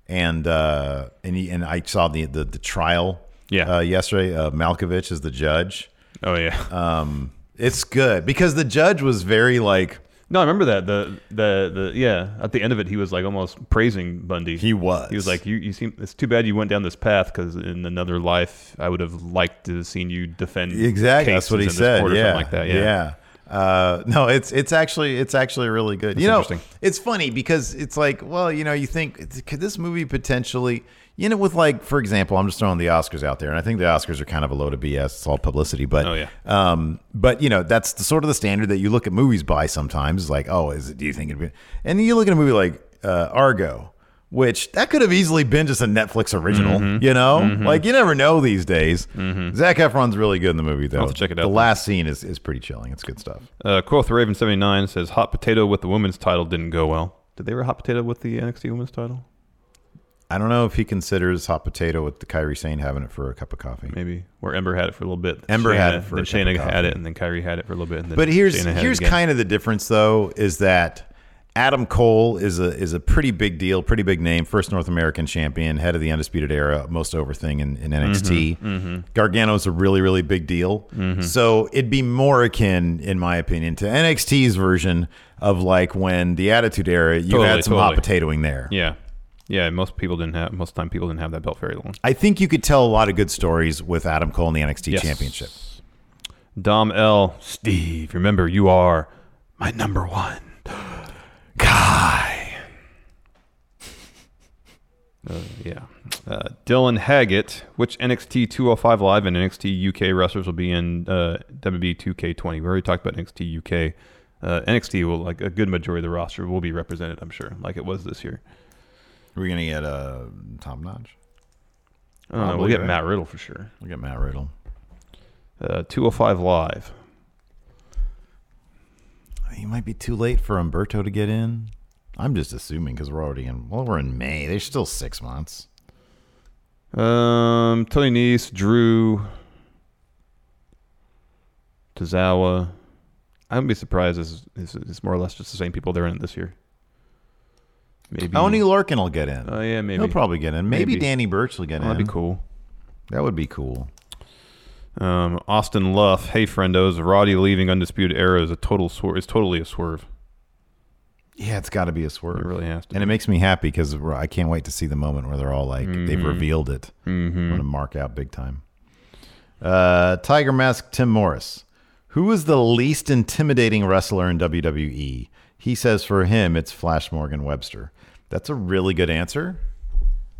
D: and uh and he, and I saw the the, the trial
E: Yeah.
D: uh, yesterday uh, Malkovich is the judge
E: Oh yeah.
D: um it's good because the judge was very like
E: no, I remember that. The the the yeah. At the end of it, he was like almost praising Bundy.
D: he was
E: He was like, "You you seem. It's too bad you went down this path because in another life, I would have liked to have seen you defend.
D: exactly that's
E: cases
D: what he
E: in this
D: said
E: court or
D: yeah
E: something like that. Yeah.
D: Uh, no, it's it's actually it's actually really good. you know,
E: interesting.
D: it's funny because it's like, well, you know, you think could this movie potentially, you know, with like for example, I'm just throwing the Oscars out there, and I think the Oscars are kind of a load of BS. It's all publicity, but
E: Oh, yeah.
D: um, but you know, that's the sort of the standard that you look at movies by sometimes. It's like, oh, is it? Do you think it'd be? And you look at a movie like uh, Argo. Which that could have easily been just a Netflix original,
E: Mm-hmm.
D: you know? Like you never know these days. Zach Efron's really good in the movie, though.
E: have to check it out.
D: The last scene is, is pretty chilling. It's good stuff.
E: Uh, Quoth Raven seventy nine says, "Hot potato with the women's title didn't go well. Did they wear hot potato with the NXT women's title?
D: I don't know if he considers hot potato with the Kyrie Sane having it for a cup of coffee.
E: maybe where Ember had it for a little bit. then
D: Ember had
E: Shayna-
D: it for a
E: then
D: cup
E: Shayna
D: of
E: had
D: coffee.
E: it, and then Kyrie had it for a little bit. And then
D: But here's
E: Shayna had
D: here's
E: it again.
D: kind of the difference though is that Adam Cole is a is a pretty big deal, pretty big name, first North American champion, head of the undisputed era, most over thing in,
E: Mm-hmm,
D: in NXT. Gargano's a really really big deal,
E: Mm-hmm.
D: so it'd be more akin, in my opinion, to NXT's version of like when the Attitude Era, you
E: Totally,
D: had some hot
E: totally.
D: potatoing there.
E: yeah, yeah. Most people didn't have most of the time people didn't have that belt very long.
D: I think you could tell a lot of good stories with Adam Cole in the NXT
E: Yes.
D: championship.
E: Dom L. Steve, remember you are my number one guy. Uh, yeah. Uh, Dylan Haggett, which NXT 205 Live and NXT UK wrestlers will be in uh, WB 2K20. We already talked about NXT UK. Uh, NXT will, like, a good majority of the roster will be represented, I'm sure, like it was this year.
D: Are we going to get uh, Tom Notch?
E: I don't know. We'll
D: Probably,
E: get
D: right?
E: Matt Riddle for sure.
D: We'll get Matt Riddle.
E: Uh, 205 Live.
D: You Uh, might be too late for Umberto to get in. I'm just assuming because we're already in. Well, we're in May. There's still six months.
E: Um, Tony Nese, Drew, Tozawa. I wouldn't be surprised. This is, it's more or less just the same people they're in this year. Maybe
D: Oni Larkin will get in.
E: Oh yeah, maybe
D: He'll probably get in. Uh, Maybe, Danny Birch will get
E: Oh,
D: in.
E: That'd be cool.
D: That would be cool.
E: Um, Austin Luff, hey friendos, Roddy leaving Undisputed Era is a total swerve. Is totally a swerve.
D: Yeah, it's got to be a swerve.
E: It really has to.
D: And it makes me happy because I can't wait to see the moment where they're all like, they've
E: Mhm.
D: revealed it. I'm
E: Mhm.
D: going to mark out big time. Uh, Tiger Mask Tim Morris. Who is the least intimidating wrestler in WWE? He says for him, it's Flash Morgan Webster. That's a really good answer.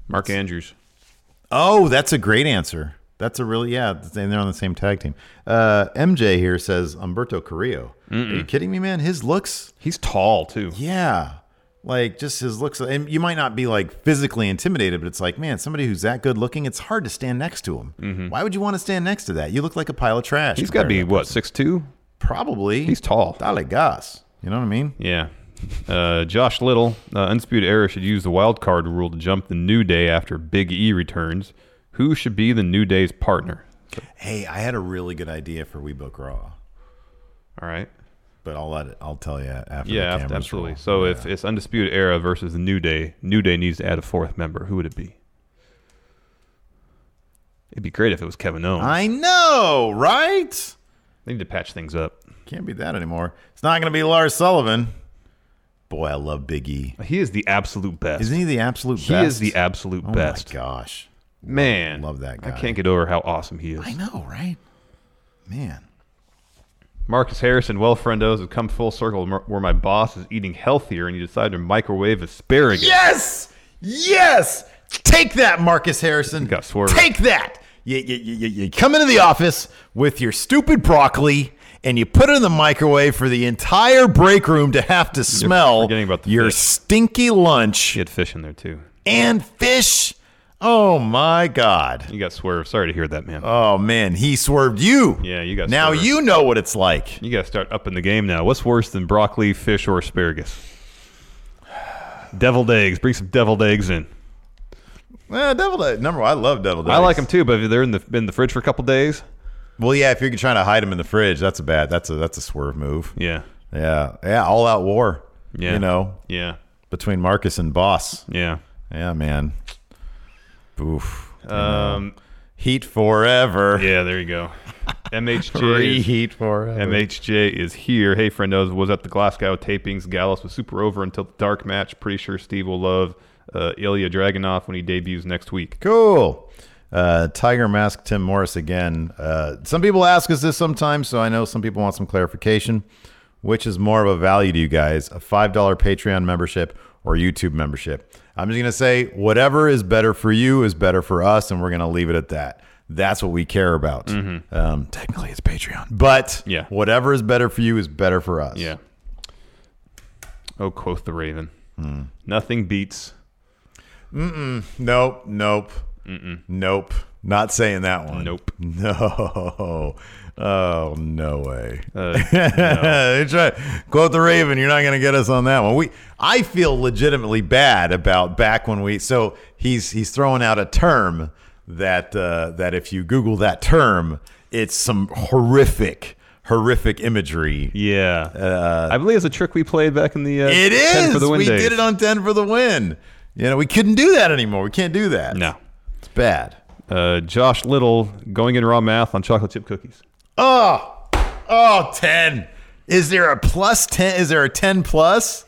E: Mark Andrews.
D: Oh, that's a great answer. That's a really, yeah, and they're on the same tag team. Uh, MJ here says Umberto Carrillo. Are you kidding me, man? His looks.
E: He's tall too.
D: Yeah. Like just his looks and you might not be like physically intimidated, but it's like, man, somebody who's that good looking, it's hard to stand next to him. Why would you want to stand next to that? You look like a pile of trash.
E: Mm-hmm. He's got to
D: compared
E: be what six two.
D: probably
E: He's tall.
D: Dale Gas. You know what I mean?
E: Yeah. Uh, Josh Little, uh, Undisputed Era should use the wild card rule to jump the New Day after Big E returns. Who should be the New Day's partner?
D: Hey, I had a really good idea for We Book Raw,
E: All right.
D: but I'll let it I'll tell you after
E: yeah,
D: the
E: ab-
D: cameras
E: absolutely.
D: roll.
E: So if it's Undisputed Era versus the New Day, New Day needs to add a fourth member. Who would it be? It'd be great if it was Kevin Owens.
D: I know, right?
E: they need to patch things up.
D: Can't be that anymore. It's not gonna be Lars Sullivan. Boy, I love Big E.
E: He is the absolute best.
D: Isn't he the absolute
E: He
D: best?
E: is the absolute
D: oh
E: best.
D: my gosh.
E: Man.
D: Love that
E: I
D: guy.
E: can't get over how awesome he is.
D: I know, right? Man.
E: Marcus Harrison, well, friendos, have come full circle m- where my boss is eating healthier and you decide to microwave asparagus.
D: Yes! Yes! Take that, Marcus Harrison.
E: Got swerved.
D: Take that! You, you, you, you- you come into the office with your stupid broccoli and you put it in the microwave for the entire break room to have to smell
E: forgetting about the
D: your
E: fish.
D: stinky lunch
E: You had fish in there too.
D: and fish. Oh my God.
E: You got swerved. Sorry to hear that, man.
D: Oh man, he swerved you.
E: Yeah, you got
D: Now
E: swerved.
D: you know what it's like.
E: you got to start upping the game now. What's worse than broccoli, fish, or asparagus? <sighs> Deviled eggs. Bring some deviled eggs in.
D: Eh, deviled egg. Number one, I love deviled eggs.
E: I like them too, but if they're in the in the fridge for a couple days,
D: Well, yeah, if you're trying to hide them in the fridge, that's a bad. That's a that's a swerve move.
E: yeah,
D: Yeah, yeah, all out war.
E: yeah,
D: you know,
E: yeah,
D: between Marcus and Boss.
E: yeah.
D: Yeah, man. Oof.
E: Um,
D: Heat forever.
E: yeah. There you go. MHJ.
D: Reheat forever.
E: MHJ is here. Hey, friendos, was at the Glasgow tapings. Gallus was super over until the dark match. Pretty sure Steve will love uh, Ilya Dragunov when he debuts next week.
D: Cool. Uh, Tiger Mask Tim Morris again. Uh, some people ask us this sometimes, so I know some people want some clarification. Which is more of a value to you guys, a $5 Patreon membership or YouTube membership? I'm just going to say whatever is better for you is better for us, and we're going to leave it at that. That's what we care about. Um, technically, it's Patreon, but
E: Mm-hmm. Yeah.
D: whatever is better for you is better for us.
E: Yeah. Oh, quoth the Raven. Nothing beats.
D: Nope. Nope. Nope. Not saying that one.
E: Nope.
D: <laughs> No. Oh, no way. <laughs>
E: Uh,
D: they try quote the Raven. You're not going to get us on that one. We, I feel legitimately bad about back when we. So he's he's throwing out a term that uh, that if you Google that term, it's some horrific, horrific imagery.
E: yeah. I believe it's a trick we played back in the. Uh,
D: It
E: 10
D: is.
E: For the win
D: we
E: days.
D: did it on ten for the win. You know, we couldn't do that anymore. We can't do that.
E: No.
D: it's bad.
E: Uh, Josh Little going in raw math on chocolate chip cookies.
D: Oh, oh, 10. Is there a plus 10? Is there a 10 plus?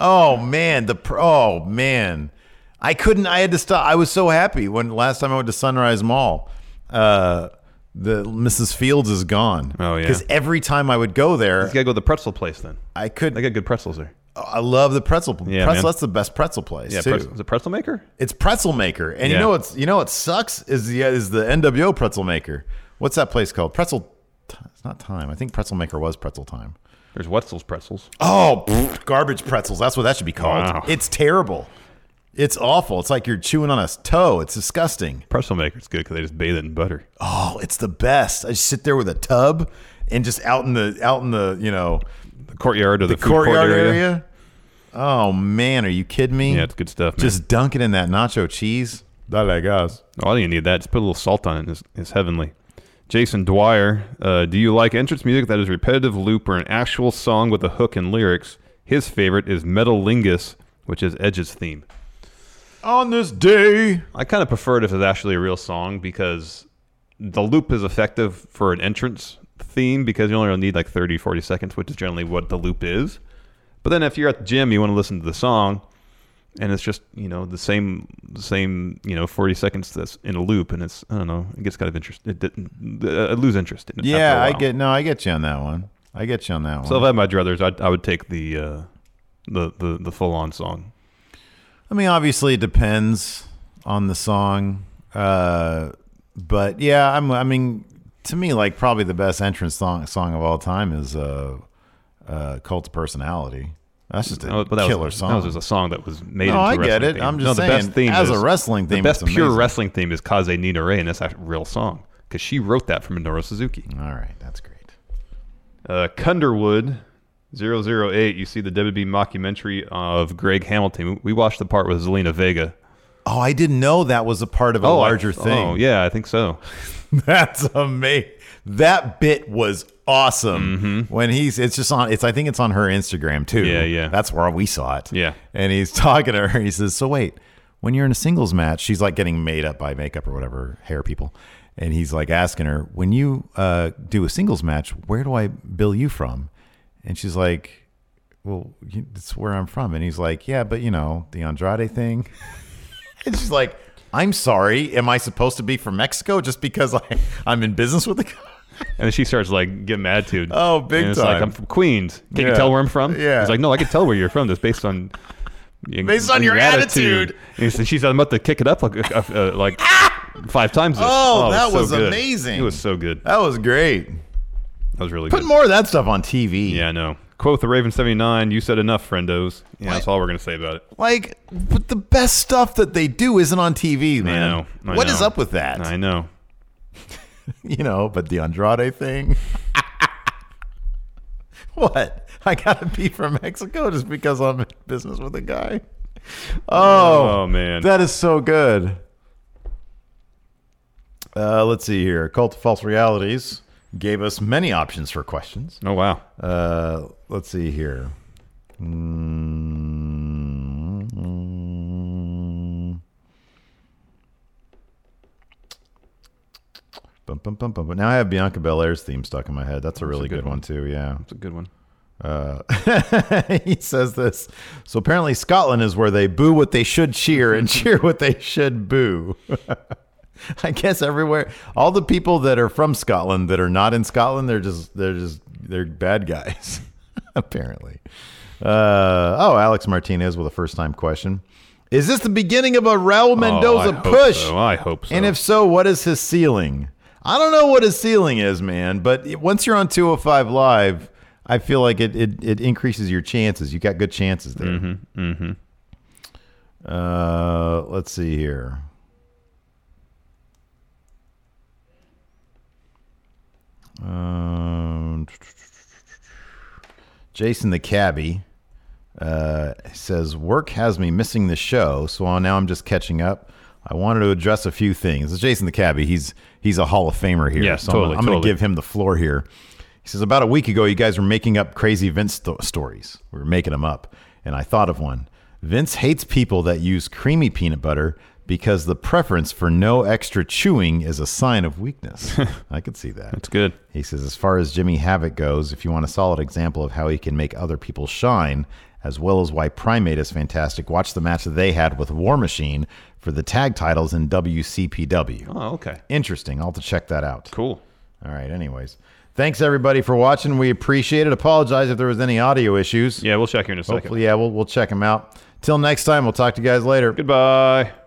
D: Oh, man. The pr- Oh, man. I couldn't. I had to stop. I was so happy when last time I went to Sunrise Mall. Uh, the Mrs. Fields is gone.
E: Oh, yeah.
D: Because every time I would go there,
E: You gotta go to the pretzel place then.
D: I could.
E: They got good pretzels there.
D: I love the pretzel.
E: Yeah,
D: pretzel
E: man.
D: that's the best pretzel place
E: Yeah,
D: too.
E: pretz- is it pretzel maker?
D: It's pretzel maker, and you
E: Yeah.
D: know what's you know what sucks is the is the NWO pretzel maker. What's that place called? Pretzel. Ti- It's not time. I think pretzel maker was pretzel time.
E: There's Wetzel's pretzels.
D: Oh, pfft, garbage pretzels. That's what that should be called.
E: Wow.
D: It's terrible. It's awful. It's like you're chewing on a toe. It's disgusting.
E: Pretzel maker's good because they just bathe it in butter.
D: Oh, it's the best. I just sit there with a tub and just out in the out in the you know
E: The courtyard of the,
D: the,
E: food court
D: courtyard area. Oh man, are you kidding me?
E: Yeah, it's good stuff. Man.
D: Just dunk it in that nacho cheese. Dale, guys.
E: Oh, I think you need that. Just put a little salt on it. It's, it's heavenly. Jason Dwyer, uh, do you like entrance music that is repetitive loop or an actual song with a hook and lyrics? His favorite is Metalingus, which is Edge's theme.
D: On this day,
E: I kind of prefer it if it's actually a real song because the loop is effective for an entrance theme because you only need like 30, 40 seconds, which is generally what the loop is. But then if you're at the gym, you want to listen to the song, and it's just you know the same the same you know 40 seconds that's in a loop, and it's I don't know, it gets kind of interest, it, it, I lose interest. In it
D: yeah, I
E: after a while.
D: get no, I get you on that one. I get you on that one.
E: So if I had my druthers, I'd, I would take the uh, the the, the full on song.
D: I mean, obviously, it depends on the song, uh, but yeah, I'm. I mean, to me, like probably the best entrance song song of all time is uh, uh, "Cult of Personality." That's just a
E: Oh, but that
D: killer
E: was,
D: song.
E: That was just a song that was made.
D: No,
E: into a
D: I get
E: wrestling
D: it.
E: Theme.
D: I'm
E: no,
D: just
E: the
D: saying,
E: best theme
D: as a
E: is-
D: wrestling theme,
E: The best
D: it's
E: pure
D: amazing.
E: wrestling theme is Kaze Nina Ray, and that's a real song because she wrote that for Minoru Suzuki.
D: all right, that's great.
E: Uh, Cunderwood 008. You see the WWE mockumentary of Greg Hamilton. We watched the part with Zelina Vega.
D: Oh, I didn't know that was a part of a
E: I-
D: larger thing. <laughs>
E: Oh yeah, I think so.
D: That's amazing. That bit was awesome. When he's, it's just on. It's I think it's on her Instagram too.
E: Mm-hmm. Yeah, yeah.
D: That's where we saw it.
E: Yeah.
D: And he's <laughs> talking to her. He says, "So wait, when you're in a singles match, she's like getting made up by makeup or whatever hair people." And he's like asking her, "When you uh, do a singles match, where do I bill you from?" And she's like, "Well, you, that's where I'm from." And he's like, "Yeah, but you know the Andrade thing." <laughs> And she's like, I'm sorry. Am I supposed to be from Mexico just because I, I'm in business with the guy?
E: And then she starts like giving attitude.
D: Oh, big
E: and it's Like
D: time.
E: I'm from Queens. Can not
D: Yeah.
E: you tell where I'm from?
D: Yeah.
E: He's like, no, I can tell where you're from. Just based on
D: Based on your attitude. Ah!
E: And he said, she's about to kick it up like uh, uh,
D: <laughs>
E: like five times. This.
D: Oh,
E: it
D: that was
E: good.
D: amazing.
E: It was so good.
D: That
E: That
D: was great.
E: was really
D: Put
E: good.
D: more of that stuff on TV.
E: yeah, I know. Quoth the Raven seventy nine. You said enough, friendos. Yeah, that's all we're gonna say about it.
D: Like, but the best stuff that they do isn't on TV,
E: I
D: man.
E: know. I
D: What is
E: know.
D: up with that?
E: I know.
D: <laughs> You know, but the Andrade thing. <laughs> what? I got to be from Mexico just because I'm in business with a guy? Oh,
E: Oh man.
D: That is so good. Uh, let's see here. Cult of False Realities gave us many options for questions.
E: oh wow.
D: Uh, let's see here. Mm-hmm. Mm. Bum, bum, bum, bum. But now I have Bianca Belair's theme stuck in my head. That's a really
E: good
D: good, one,
E: one.
D: too. Yeah.
E: That's a good one.
D: Uh, <laughs> he says this. So apparently, Scotland is where they boo what they should cheer
E: <laughs>
D: and cheer what they should boo. <laughs> I guess everywhere, all the people that are from Scotland that are not in Scotland, they're just they're just they're bad guys, <laughs> apparently. Uh, oh, Alex Martinez with a first time question: Is this the beginning of a Raul
E: Oh, I
D: Mendoza
E: hope
D: push?
E: so. I hope so.
D: And if so, what is his ceiling? I don't know what his ceiling is, man. But once you're on 205 live, I feel like it it, it increases your chances. You got good chances there. Mm-hmm. Uh, let's see here. Um, Jason the cabbie uh, says work has me missing the show, so now I'm just catching up. I wanted to address a few things. It's Jason the cabbie. He's he's a Hall of Famer here.
E: Yeah,
D: so I'm gonna-
E: totally,
D: I'm, going to
E: totally.
D: give him the floor here. He says about a week ago, you guys were making up crazy Vince sto- stories. We were making them up, and I thought of one. Vince hates people that use creamy peanut butter because the preference for no extra chewing is a sign of
E: <laughs>
D: weakness. I could see that.
E: That's good.
D: He says, as far as Jimmy Havoc goes, if you want a solid example of how he can make other people shine, as well as why Primate is fantastic, watch the match that they had with War Machine for the tag titles in WCPW.
E: Oh, okay.
D: Interesting. I'll have to check that out.
E: Cool.
D: All right, anyways.
G: Thanks everybody for watching. We appreciate it. Apologize if there was any audio issues.
E: Yeah, we'll check here in a second.
G: Hopefully, yeah, we'll, we'll check them out. Till next time, we'll talk to you guys later.
E: Goodbye.